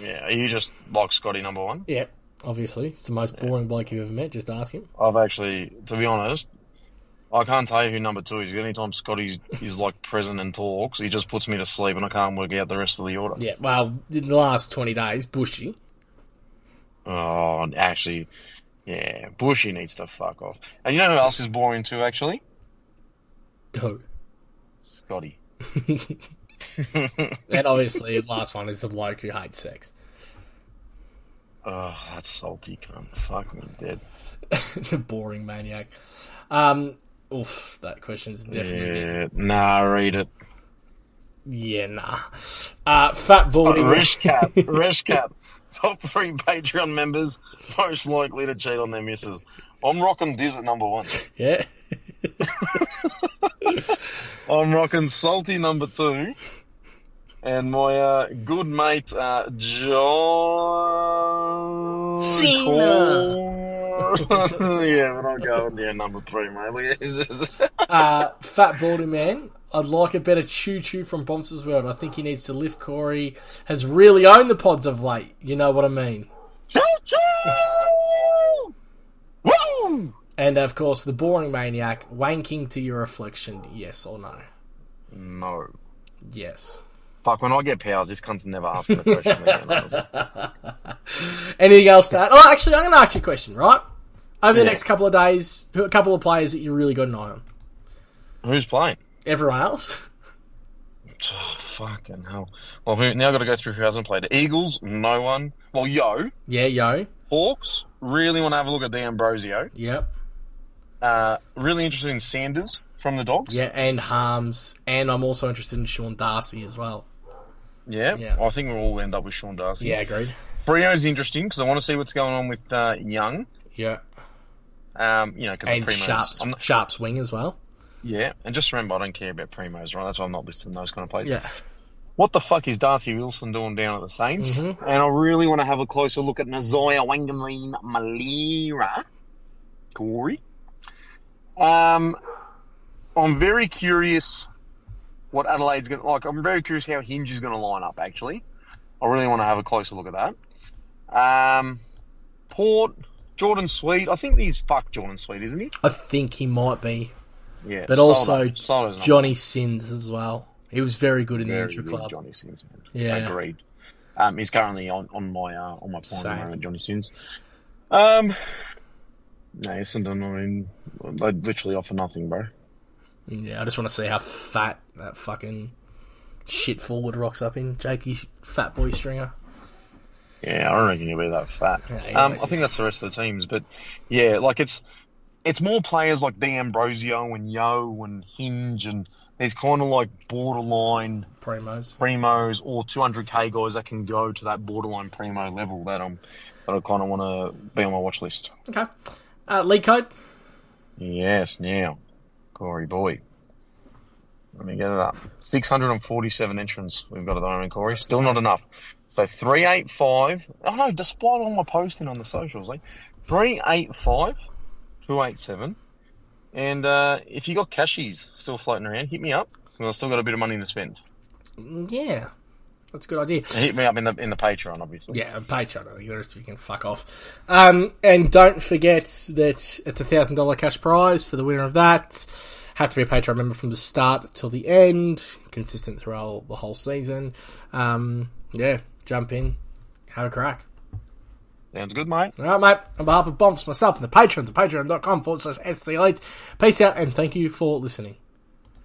Speaker 2: Yeah, are you just like Scotty number one?
Speaker 1: Yep, obviously. It's the most boring bloke you've ever met. Just ask him.
Speaker 2: I've actually, to be honest, I can't tell you who number two is. Anytime Scotty is like present and talks, he just puts me to sleep, and I can't work out the rest of the order.
Speaker 1: Yeah, well, in the last 20 days, Bushy.
Speaker 2: Oh, and actually, yeah, Bushy needs to fuck off. And you know who else is boring too? Actually,
Speaker 1: No.
Speaker 2: Scotty.
Speaker 1: And obviously, the last one is the bloke who hates sex. (laughs)
Speaker 2: Oh, that's salty cunt. Fuck me dead.
Speaker 1: the boring maniac. Um, oof, that question's definitely. Yeah,
Speaker 2: Yeah, nah, read it.
Speaker 1: nah. Uh, fat balding.
Speaker 2: Rich Cat, Rich Cat. (laughs) Top three Patreon members most likely to cheat on their missus. I'm rocking this at number one.
Speaker 1: yeah.
Speaker 2: I'm rocking salty number two, and my uh, good mate uh, John
Speaker 1: Cena.
Speaker 2: Cor- (laughs) yeah, we're not going down number three, mate. Look at this.
Speaker 1: Uh, fat balding man. I'd like a better choo choo from Bonser's world. I think he needs to lift. Corey has really owned the pods of late. You know what I mean.
Speaker 2: Choo-choo! Woo!
Speaker 1: And of course, the boring maniac wanking to your reflection. Yes or no?
Speaker 2: No.
Speaker 1: Yes.
Speaker 2: Fuck, when I get powers, this cunt's never asking a question again.
Speaker 1: Anything else to add? Oh, actually, I'm going to ask you a question, right? Over the
Speaker 2: Yeah.
Speaker 1: next couple of days, who a couple of players that you really got an eye on?
Speaker 2: Who's playing? (sighs)
Speaker 1: Everyone else? (laughs)
Speaker 2: Oh, fucking hell. Well, who, now I've got to go through who hasn't played. Eagles, no one. Well, yo.
Speaker 1: Yeah, yo.
Speaker 2: Hawks, really want to have a look at D'Ambrosio.
Speaker 1: Yep.
Speaker 2: Uh, really interested in Sanders from the Dogs.
Speaker 1: Yeah, and Harms. And I'm also interested in Sean Darcy as well.
Speaker 2: yeah.
Speaker 1: Yeah.
Speaker 2: I think we'll all end up with Sean Darcy.
Speaker 1: Yeah, agreed.
Speaker 2: Frio's interesting because I want to see what's going on with uh, Young.
Speaker 1: Yeah.
Speaker 2: Um, you know, because the
Speaker 1: And
Speaker 2: primos.
Speaker 1: Sharp's,
Speaker 2: I'm not-
Speaker 1: Sharp's wing as well.
Speaker 2: yeah, and just remember, I don't care about primos, right? That's why I'm not listing those kind of plays.
Speaker 1: Yeah.
Speaker 2: What the fuck is Darcy Wilson doing down at the Saints?
Speaker 1: Mm-hmm.
Speaker 2: And I really want to have a closer look at Nazoya Wangaleen Malira. Corey. Um, I'm very curious what Adelaide's going to like. I'm very curious how Hinge is going to line up, actually. I really want to have a closer look at that. Um, Port, Jordan Sweet. I think he's fucked Jordan Sweet, isn't he?
Speaker 1: I think he might be.
Speaker 2: Yeah,
Speaker 1: But
Speaker 2: sold
Speaker 1: also
Speaker 2: it, sold it as
Speaker 1: Johnny Sins as well. He was very good in the
Speaker 2: number. Very
Speaker 1: Intra
Speaker 2: good
Speaker 1: Club.
Speaker 2: Johnny Sins. man.
Speaker 1: Yeah.
Speaker 2: agreed. Um, he's currently on, on my uh, on my point at the
Speaker 1: Same.
Speaker 2: moment, Johnny Sins. Um, no, Essendon. I mean, they literally offer nothing, bro.
Speaker 1: Yeah, I just want to see how fat that fucking shit forward rocks up in Jakey Fat Boy Stringer.
Speaker 2: Yeah, I don't reckon you'll be that fat.
Speaker 1: Yeah, he
Speaker 2: um, I
Speaker 1: always is.
Speaker 2: think that's the rest of the teams, but yeah, like it's it's more players like D'Ambrosio and Yo and Hinge and these kind of like borderline
Speaker 1: Primos.
Speaker 2: primos or 200k guys that can go to that borderline primo level that I'm that I kind of want to be on my watch list.
Speaker 1: Okay. Uh, Lee Coat.
Speaker 2: Yes, now Corey boy, let me get it up. 647 entrants we've got at the moment, Corey. Still not enough. So 385. Oh no, despite all my posting on the socials, eh? like 385, 287. And uh, if you got cashies still floating around, hit me up. 'cause I've still got a bit of money to spend.
Speaker 1: Yeah. That's a good idea.
Speaker 2: And hit me up in the in the Patreon, obviously.
Speaker 1: Yeah, and Patreon. I think the rest of you can fuck off. Um, and don't forget that it's a thousand dollar cash prize for the winner of that. Have to be a Patreon member from the start till the end, consistent throughout the whole season. Um, yeah, jump in, have a crack.
Speaker 2: Sounds good, mate.
Speaker 1: All right, mate. On behalf of Bomps, myself, and the patrons at patreon.com forward slash SC Leeds, peace out and thank you for listening.